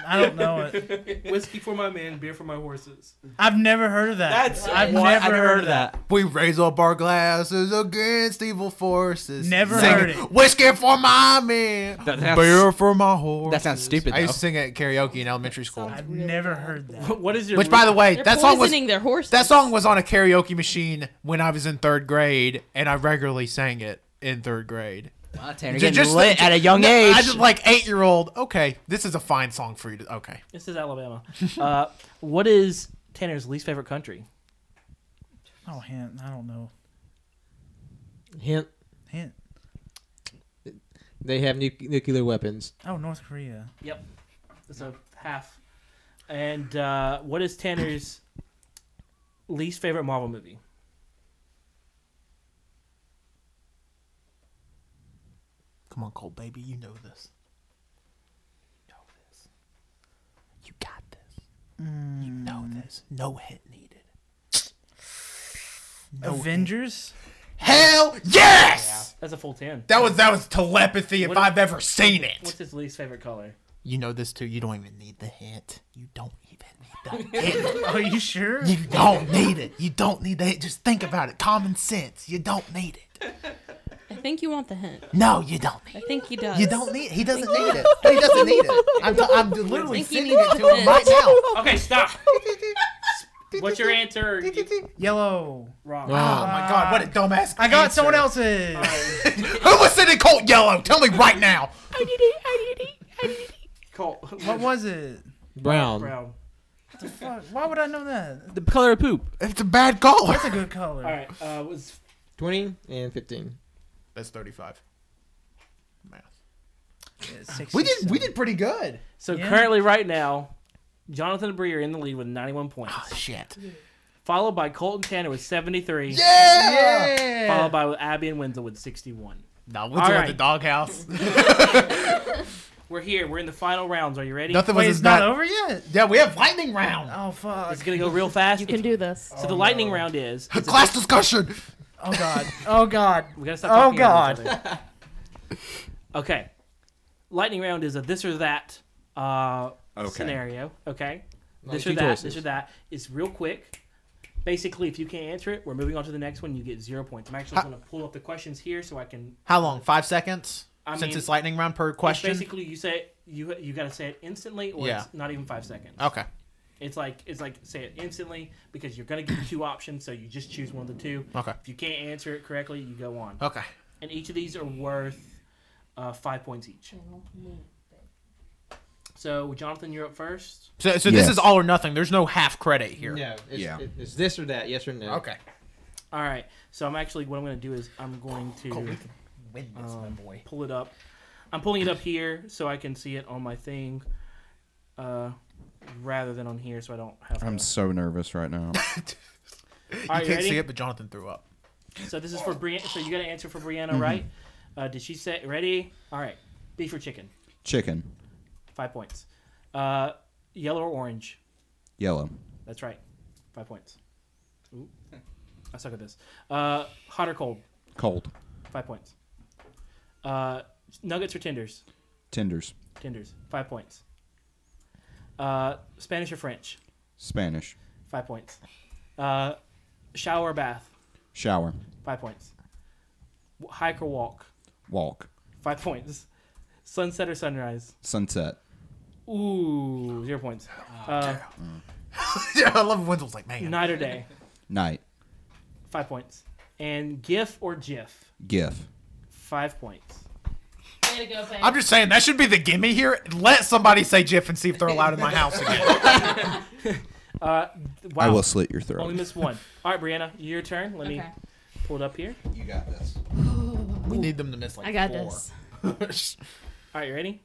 C: I don't know it.
A: Whiskey for my men, beer for my horses.
C: I've never heard of that. I've
G: What?
C: never,
G: I
C: heard, of that.
B: We raise up our glasses against evil forces.
C: Never
B: Singing,
C: heard it.
B: Whiskey for my man,
G: That sounds-
B: beer for my horse.
G: That sounds stupid.
B: I
G: Though.
B: used to sing it at karaoke in elementary school.
I: Sounds-
C: I've never heard that.
A: What is your?
B: Which, by the way,
I: They're
B: that song was
I: poisoning their horses.
B: that song was on a karaoke machine when I was in third grade, and I regularly sang it in third grade.
G: Wow, Tanner
B: Ju-
G: getting lit at a young
B: No,
G: age.
B: I just like eight year old. Okay, this is a fine song for you. to Okay,
A: this is Alabama. Uh, what is Tanner's least favorite country?
C: Oh, hint. I don't know.
F: Hint.
C: Hint.
F: They have nu- nuclear weapons.
C: Oh, North Korea.
A: Yep. It's a half. And uh, what is Tanner's least favorite Marvel movie?
B: come on, Cold Baby, you know this. Know this. You got this. You know
G: Mm.
B: this. No hit needed.
C: Avengers?
B: Hell yes!
A: That's a full ten.
B: That was that was telepathy if
A: What-
B: I've ever seen
A: What's
B: it.
A: his least favorite color?
B: You know this too. You don't even need the hint. You don't even need the hint.
C: Are you sure?
B: You don't need it. You don't need the hint. Just think about it. Common sense. You don't need it.
I: I think you want the hint.
B: No, you don't need
I: I
B: it.
I: think he does.
B: You don't need it. He doesn't need it. He doesn't need it. I'm, t- I'm literally
I: think he
B: sending
I: needs
B: it to him
I: it.
B: right now.
A: Okay, stop. What's your answer?
C: Yellow.
A: Wrong.
B: Oh my god, what a dumbass.
C: I got
B: answer.
C: someone else's.
B: Who was sending Colt Yellow? Tell me right now.
A: Colt.
C: What was it?
F: Brown.
A: Brown.
C: the fuck? Why would I know that?
G: The color of poop.
B: It's a bad color.
C: That's a good color.
A: All right. Uh, was
F: 20 and 15.
B: That's 35. Math.
C: Yeah, six,
B: We
C: six,
B: did we
C: seven.
B: did pretty good.
A: so
C: Yeah.
A: currently right now, Jonathan and Bree are in the lead with 91 points,
B: Ah, shit.
A: followed by Colton Tanner with 73,
B: Yeah.
A: followed by Abby and Winslow with 61.
B: No,
A: All
B: what's with
A: right.
B: the doghouse?
A: We're here. We're in the final rounds. Are you ready?
B: Nothing
C: Wait,
B: was
C: it's
B: as
C: not,
B: bad-
C: over yet.
B: Yeah, we have lightning round.
C: Oh fuck.
A: It's gonna go real fast.
D: You can do this.
A: so the lightning round is. it's a-
B: Class discussion.
C: Oh god. Oh god.
A: we gotta stop.
C: Oh,
A: talking over each other. okay. Lightning round is a this or that uh,
E: Okay.
A: scenario. Okay.
F: Like
A: This
F: two
A: or that. This
F: choices.
A: or that. It's real quick. Basically, if you can't answer it, we're moving on to the next one. You get zero points. I'm actually
B: Ha-
A: gonna pull up the questions here so I can.
B: How long? Five seconds.
A: I
B: Since
A: mean,
B: it's lightning round per question.
A: Basically, you say you you gotta say it instantly, or
B: Yeah.
A: it's not even five seconds.
B: Okay.
A: It's like it's like say it instantly because you're gonna get two options, so you just choose one of the two.
B: Okay.
A: If you can't answer it correctly, you go on.
B: Okay.
A: And each of these are worth uh, five points each. So Jonathan, you're up first.
B: So, so
E: Yes.
B: this is all or nothing. There's no half credit here.
F: No, it's,
E: Yeah.
F: it- it's this or that, yes or no.
B: Okay.
A: All right. So I'm actually what I'm gonna do is I'm going to
B: Win this, my
A: Um,
B: boy.
A: pull it up. I'm pulling it up here so I can see it on my thing, uh, rather than on here, so I don't have. To...
E: I'm so nervous right now.
A: All
B: You
A: right,
B: can't
A: you ready?
B: see it, but Jonathan threw up.
A: So this is for Brianna. So you got to answer for Brianna,
B: Mm-hmm.
A: right? Uh, did she say ready? All right. Beef or chicken?
E: Chicken,
A: Five points. Uh, yellow or orange?
E: yellow,
A: That's right. Five points. Ooh. I suck at this. Uh, hot or cold?
E: cold,
A: Five points. Uh, nuggets or tenders?
E: tenders,
A: Tenders. Five points. Uh, Spanish or French?
E: Spanish,
A: Five points. Uh, shower or bath?
E: shower,
A: Five points. W- Hike or walk?
E: walk,
A: Five points. Sunset or sunrise?
E: sunset.
A: Ooh, zero points. Uh,
B: yeah, I love Wenzel's like, man.
A: night or day?
E: Night.
A: Five points. And GIF or GIF?
E: GIF.
A: Five points.
I: Way to go, babe.
B: I'm just saying that should be the gimme here. Let somebody say Jiff and see if they're allowed in my house again.
A: Uh, th- wow.
E: I will slit your
A: Only
E: throat.
A: missed one. All right, Brianna, your turn. Let me
I: Okay.
A: pull it up here.
E: You got this.
B: we need them to miss like
D: I got
B: four.
D: this.
A: All right, you ready?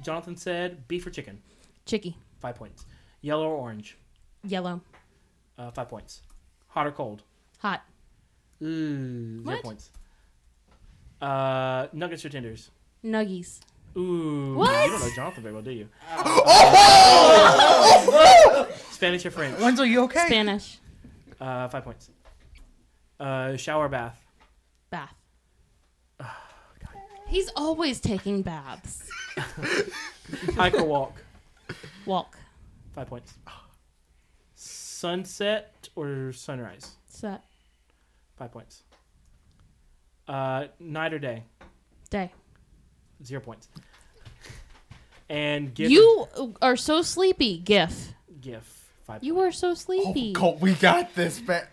A: Jonathan said beef or chicken.
D: Chicky.
A: Five points. Yellow or orange.
D: Yellow.
A: Uh, five points. Hot or cold.
D: Hot.
A: Ooh, Hmm, zero
D: What?
A: points. Uh, nuggets or tenders.
D: Nuggies.
A: Ooh,
D: What?
A: you don't know Jonathan very well, do you? Oh! Spanish or French?
C: Wenzel, you okay?
D: Spanish.
A: Uh, five points. Uh, shower bath.
D: Bath. He's always taking baths.
A: Hike or walk.
D: Walk.
A: Five points. Sunset or sunrise?
D: Set.
A: Five points. Uh, night or day?
D: Day.
A: Zero points. And GIF.
D: You are so sleepy, GIF.
A: GIF. Five
D: You
A: points.
D: are so sleepy.
B: Oh, Colt, we got this, man.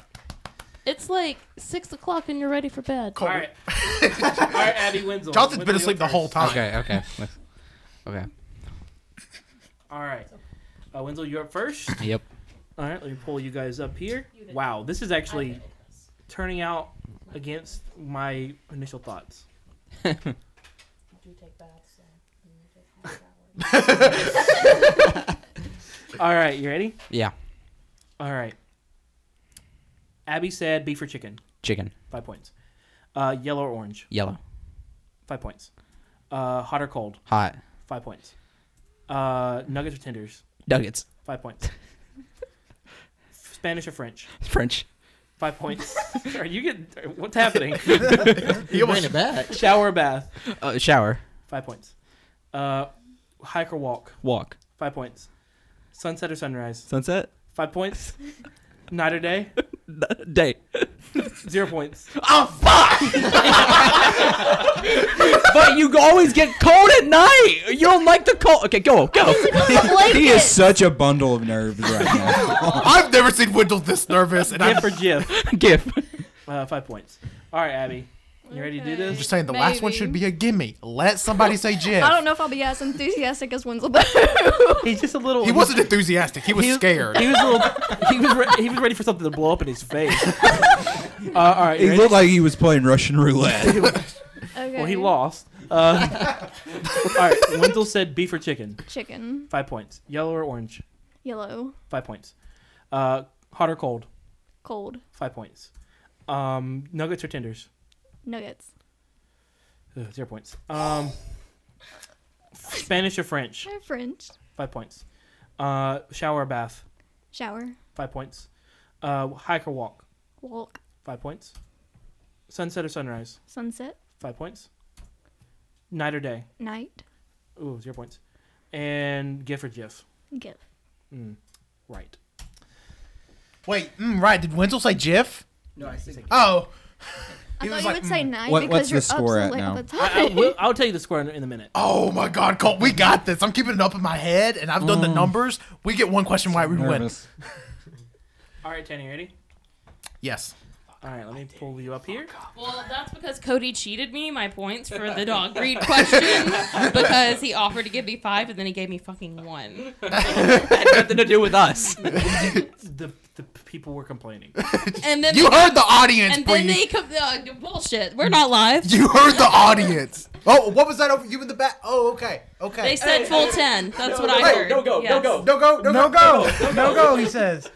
D: It's like six o'clock and you're ready for bed.
A: All right. All right, Abby Wenzel.
B: Jonathan's
A: Wenzel,
B: been asleep
A: you're
B: the whole
A: first.
B: time.
G: Okay, okay. Let's- okay.
A: All right. Uh, Wenzel, you're up first.
G: Yep.
A: All right, let me pull you guys up here.
I: You did.
A: Wow, this is
I: I
A: actually
I: did this.
A: turning out against my initial thoughts.
I: You do take baths. so you need to take a shower.
A: All right, you ready?
G: Yeah.
A: All right. Abby said beef or chicken.
G: Chicken.
A: Five points. Uh, yellow or orange.
G: Yellow.
A: Five points. Uh, hot or cold.
G: Hot.
A: Five points. Uh, nuggets or tenders.
G: Nuggets.
A: Five points. Spanish or French.
G: French.
A: Five points. Are you getting what's happening?
F: You bring it back.
A: Shower or bath.
G: Uh, shower.
A: Five points. Uh, hike or walk.
G: Walk.
A: Five points. Sunset or sunrise.
G: Sunset.
A: Five points. Night or day.
G: Day.
A: Zero points.
G: Oh fuck! but you always get cold at night. You don't like the cold. Okay, go, go.
E: He is such a bundle of nerves right now.
B: I've never seen Wendell this nervous, and I'm
A: Gif or Jif.
G: Gif.
A: Uh, five points. All right, Abby. You ready to do
D: Okay.
A: this?
B: I'm just saying the last one should
D: Maybe.
B: be a gimme. Let somebody say Jeff.
H: I don't know if I'll be as enthusiastic as Winslow. but-
A: He's just a little.
B: He wasn't enthusiastic. He was scared.
A: He was a little. He was. Re- he was ready for something to blow up in his face. Uh, all right. you
E: He
A: ready?
E: looked like he was playing Russian roulette.
H: okay.
A: well, he lost. Uh, all right. Wendell said beef or chicken.
H: Chicken.
A: Five points. Yellow or orange.
H: Yellow.
A: Five points. Uh, hot or cold.
H: Cold.
A: Five points. Um, nuggets or tenders.
H: Nuggets.
A: Ugh, zero points. Um, Spanish or French.
H: Uh, French.
A: Five points. Uh, shower or bath.
H: Shower.
A: Five points. Uh, hike or walk.
H: Walk.
A: Five points. Sunset or sunrise.
H: Sunset.
A: Five points. Night or day.
H: Night.
A: Ooh, zero points. And GIF or GIF.
H: Give.
A: Right.
B: Wait, mm, right? Did Wenzel say Jeff?
G: No, I think.
B: Oh,
H: I
B: He
H: thought
B: was
H: you
B: like,
H: would say night
E: What-
H: because
E: what's the
H: you're
E: score
H: up
E: at
H: so late
E: now?
H: all the
A: I, I
H: time.
A: will, I'll tell you the score in, in a minute.
B: oh my God, Colt, we got this. I'm keeping it up in my head, and I've done the numbers. We get one question right, we win.
E: Nervous.
A: All right, Tanny, you ready?
B: Yes.
A: All right, let me pull you up here.
D: Well, that's because Cody cheated me my points for the dog breed question because he offered to give me five and then he gave me fucking one.
G: nothing to do with us.
A: The, the people were complaining.
D: And then
B: You
D: they,
B: heard the audience,
D: and then
B: please.
D: they come uh, bullshit. We're not live.
B: You heard the audience. Oh, what was that over you in the back? Oh, okay, okay.
D: They said full ten. That's what I
B: no,
D: heard.
G: no go, no
D: Yes.
G: go.
B: no go, no,
C: No go, no go. He says.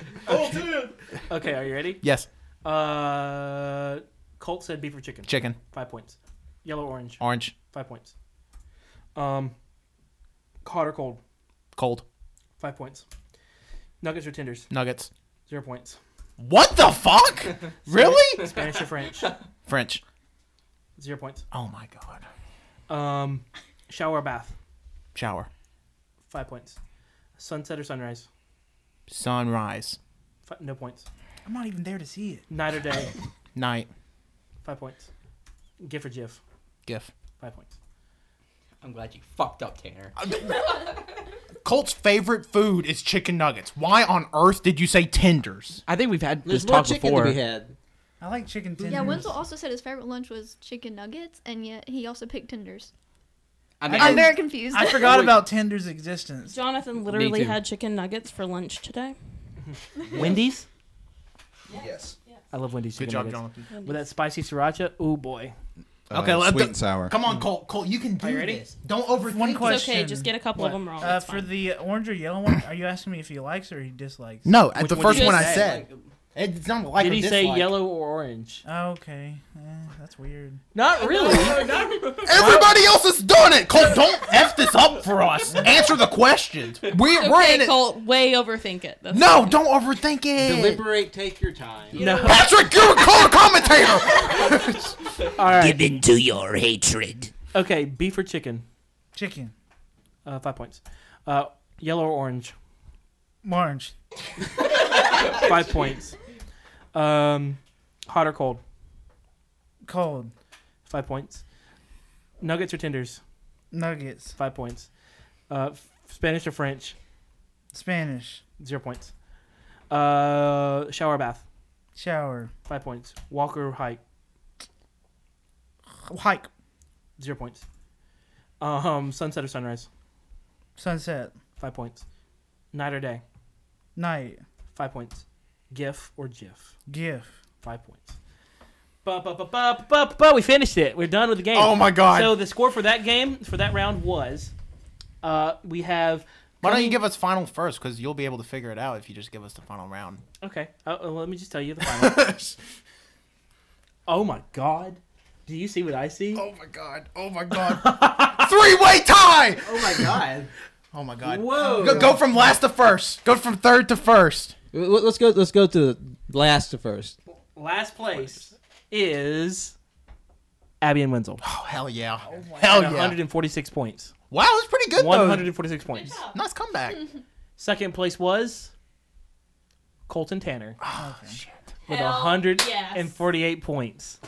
A: Okay, are you ready?
B: Yes,
A: Uh, Colt said beef or chicken.
B: chicken,
A: Five points. Yellow, orange.
B: orange,
A: Five points. Um, hot or cold.
B: cold,
A: Five points. Nuggets or tenders.
B: nuggets.
A: Zero points.
B: What the fuck? really?
A: Spanish or French.
B: French.
A: Zero points.
B: Oh my god.
A: Um, shower or bath.
B: Shower.
A: Five points. Sunset or sunrise.
B: Sunrise.
A: Fi no points.
C: I'm not even there to see it.
A: Night or day.
B: Night.
A: Five points. GIF or GIF.
B: GIF.
A: Five points.
G: I'm glad you fucked up, Tanner.
B: Colt's favorite food is chicken nuggets. Why on earth did you say tenders?
G: I think we've had
F: There's
G: this
F: more
G: talk
F: chicken
G: before.
F: to be had.
C: I like chicken tenders.
H: yeah, Winslow also said his favorite lunch was chicken nuggets, and yet he also picked tenders.
G: I mean,
H: I'm very confused.
C: I forgot about tenders' existence.
D: Jonathan literally
G: too.
D: had chicken nuggets for lunch today.
A: Wendy's.
E: Yes.
A: I love Wendy's.
B: Good
A: chicken
B: job,
A: nuggets.
B: Jonathan.
A: With that spicy sriracha. Oh boy.
B: Okay, let
E: Uh, sweet
B: the-
E: and sour.
B: Come on, Colt. Colt, you can do
A: you ready?
B: this. Don't overthink
C: One
B: it.
D: It's
C: question.
D: okay. Just get a couple of them wrong.
C: Uh,
D: it's
C: for
D: fine.
C: the orange or yellow one, are you asking me if he likes or he dislikes?
B: No, at
A: Which
B: the
A: one
B: first
D: did you
B: one I
D: say?
B: said. It's not like
A: Did
B: or
A: he say
B: dislike.
A: yellow or orange?
C: Okay, eh, that's weird.
A: Not really.
B: Everybody else has done it. Colt, don't f this up for us. Answer the questions. We, we're in
D: okay,
B: it.
D: Colt, way overthink it. That's
B: No, don't overthink it.
F: Deliberate, take your time.
A: no.
B: Patrick, you're a color commentator.
A: All right.
J: into your hatred.
A: Okay. Beef or chicken.
C: Chicken,
A: Uh, five points. Uh, yellow or orange.
C: orange,
A: Five points. Um, hot or cold.
C: cold,
A: Five points. Nuggets or tenders.
C: nuggets,
A: Five points. Uh, f- Spanish or French.
C: Spanish,
A: Zero points. Uh, shower or bath.
C: shower,
A: Five points. Walk or hike.
C: hike,
A: Zero points. Um, sunset or sunrise.
C: sunset,
A: Five points. Night or day.
C: night,
A: Five points. GIF or GIF.
C: gift.
A: Five points. Ba, ba, ba, ba, ba, ba, we finished it. We're done with the game.
B: Oh my god.
A: So the score for that game, for that round, was uh, we have.
B: Why don't you give us final first? Because you'll be able to figure it out if you just give us the final round.
A: Okay. Uh, uh, let me just tell you the final. oh my god. Do you see what I see?
B: Oh my god. Oh my god. Three way tie.
F: Oh my god.
B: Oh my god.
A: Whoa.
B: Go, go from last to first. Go from third to first.
F: Let- Let's go. Let's go to the last to first.
A: Last place is Abby and Wenzel.
B: Oh hell yeah. hell yeah.
A: 146 points.
B: Wow, that's pretty good though.
A: 146 points.
B: Nice comeback.
A: Second place was Colton Tanner
B: Oh,
A: with
D: Hell
A: 148 points.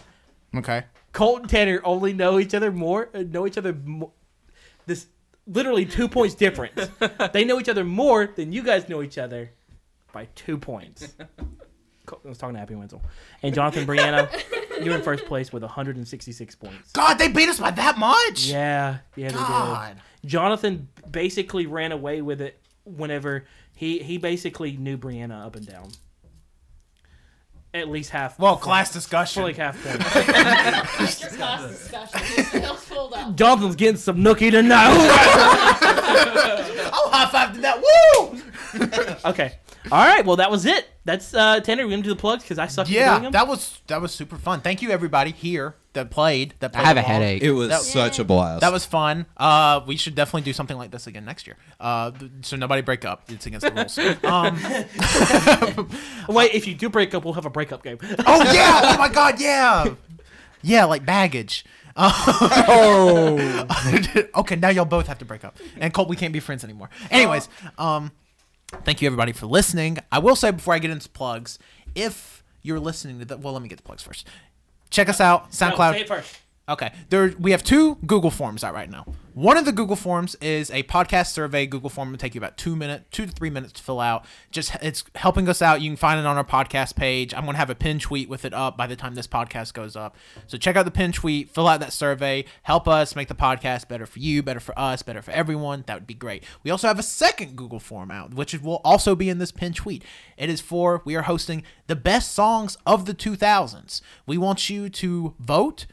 B: okay.
A: Colt and Tanner only know each other more. uh, Know each other. More, this literally two points difference. they know each other more than you guys know each other by two points. Col- I was talking to Happy Wenzel and Jonathan Brianna. You're in first place with 166 points.
B: God, they beat us by that much.
A: Yeah, yeah, they
B: God.
A: did. Jonathan basically ran away with it whenever he he basically knew Brianna up and down. At least half.
B: Well, class discussion.
A: Fully half
I: Your
A: point.
I: class discussion is still filled up.
A: Jonathan's getting some nookie tonight.
B: I'll Oh, high five to that. Woo!
A: okay. All right. Well, that was it. That's uh, Tanner. We're gonna do the plugs because I suck at
B: Yeah,
A: doing them.
B: that was that was super fun. Thank you everybody here that played. That played
G: have a
B: along.
G: headache.
E: It was
B: That-
E: such a blast.
B: That was fun. Uh, we should definitely do something like this again next year. Uh, th- so nobody break up. It's against the rules. um,
A: Wait, if you do break up, we'll have a breakup game.
B: oh yeah! Oh my god! Yeah, yeah, like baggage. oh. okay, now y'all both have to break up, and Colt, we can't be friends anymore. Anyways, um, thank you everybody for listening. I will say before I get into plugs, if you're listening to the, well, let me get the plugs first. Check us out,
A: No,
B: SoundCloud.
A: say it first.
B: Okay. There we have two Google forms out right now. One of the Google forms is a podcast survey Google form will take you about 2 minutes, 2 to 3 minutes to fill out. Just it's helping us out. You can find it on our podcast page. I'm going to have a pin tweet with it up by the time this podcast goes up. So check out the pin tweet, fill out that survey, help us make the podcast better for you, better for us, better for everyone. That would be great. We also have a second Google form out which will also be in this pin tweet. It is for we are hosting the best songs of the 2000s. We want you to vote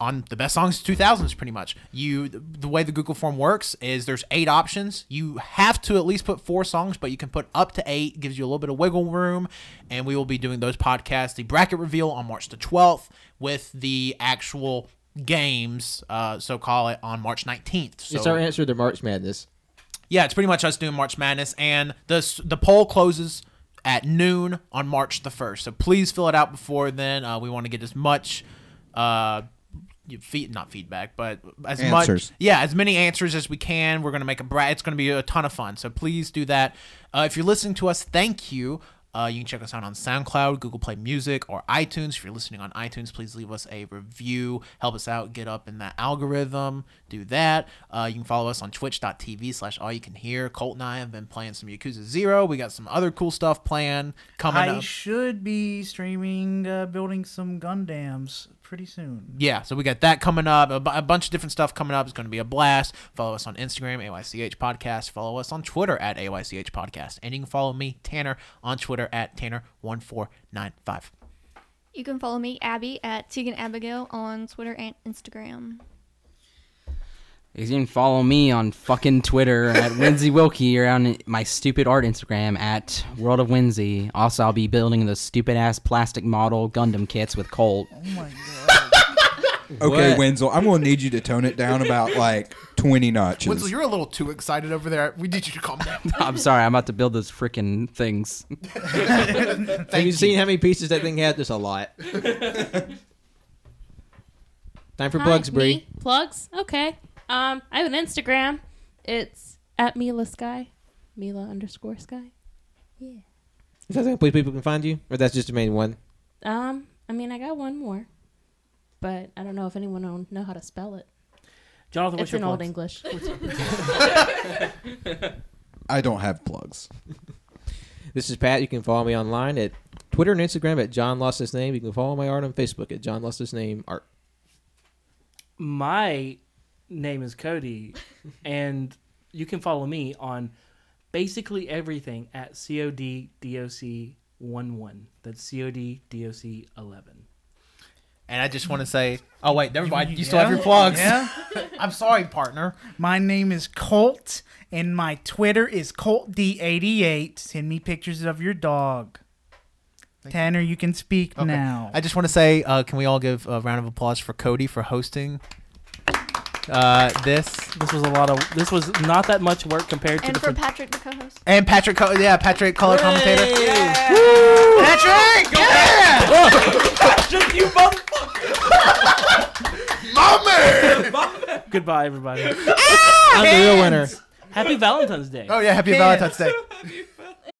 B: on the best songs of 2000s pretty much you the way the google form works is there's eight options you have to at least put four songs but you can put up to eight gives you a little bit of wiggle room and we will be doing those podcasts the bracket reveal on march the 12th with the actual games uh, so call it on march 19th so
F: It's our answer to March Madness.
B: yeah, it's pretty much us doing March Madness, and the the poll closes at noon on March the first. So please fill it out before then. Uh, we want to get as much. Uh, Feed, not feedback, but as
E: Answers.
B: much, yeah, as many answers as we can. We're gonna make a bra. It's gonna be a ton of fun. So please do that. Uh, if you're listening to us, thank you. Uh, you can check us out on SoundCloud, Google Play Music, or iTunes. If you're listening on iTunes, please leave us a review. Help us out, get up in that algorithm. Do that. Uh, you can follow us on twitch.tv slash all you can hear. Colt and I have been playing some Yakuza Zero. We got some other cool stuff planned coming
C: I
B: up.
C: should be streaming, uh, building some Gundams pretty soon.
B: yeah, so we got that coming up. A, bu- a bunch of different stuff coming up. It's going to be a blast. Follow us on Instagram, AYCH Podcast. Follow us on Twitter at AYCH Podcast. And you can follow me, Tanner, on Twitter at Tanner1495.
H: You can follow me, Abby, at Tegan Abigail on Twitter and Instagram.
G: You can follow me on fucking Twitter at Winsy Wilkie or on my stupid art Instagram at World of Winsy. Also, I'll be building those stupid ass plastic model Gundam kits with Colt.
C: Oh my god.
E: okay,
F: What?
E: Wenzel, I'm gonna need you to tone it down about like 20 notches.
B: Wenzel, you're a little too excited over there. We need you to calm down.
G: I'm sorry, I'm about to build those freaking things.
F: Have you seen how many pieces that thing had? There's a lot. Time for
D: Hi,
F: plugs,
D: me.
F: Bree.
D: Plugs? Okay. Um, I have an Instagram. It's at Mila Sky. Mila underscore Sky.
F: Is that the place people can find you, or that's just the main one?
D: Um, I mean, I got one more, but I don't know if anyone will know how to spell it.
A: Jonathan, what's
D: it's
A: your
D: in Old
A: plugs?
D: English.
E: I don't have plugs.
F: This is Pat. You can follow me online at Twitter and Instagram at John Lost His Name. You can follow my art on Facebook at John Lost His Name Art.
A: my name is Cody, and you can follow me on basically everything at CODDOC11. That's CODDOC11.
B: And I just want to say, oh wait, never mind. You still
C: Yeah?
B: have your plugs.
C: Yeah.
B: I'm sorry, partner.
C: My name is Colt, and my Twitter is ColtD88. Send me pictures of your dog. Tanner, you can speak now.
B: I just want to say, uh, can we all give a round of applause for Cody for hosting uh, this
A: This was a lot of. This was not that much work compared to
H: And
A: the.
H: for
A: pro-
H: Patrick, the co-host.
B: and Patrick? Co- yeah, Patrick, color commentator. Woo! Patrick, yeah,
A: Goodbye, everybody.
F: I'm the real winner.
A: Happy Valentine's Day.
B: Oh yeah, happy Valentine's Day.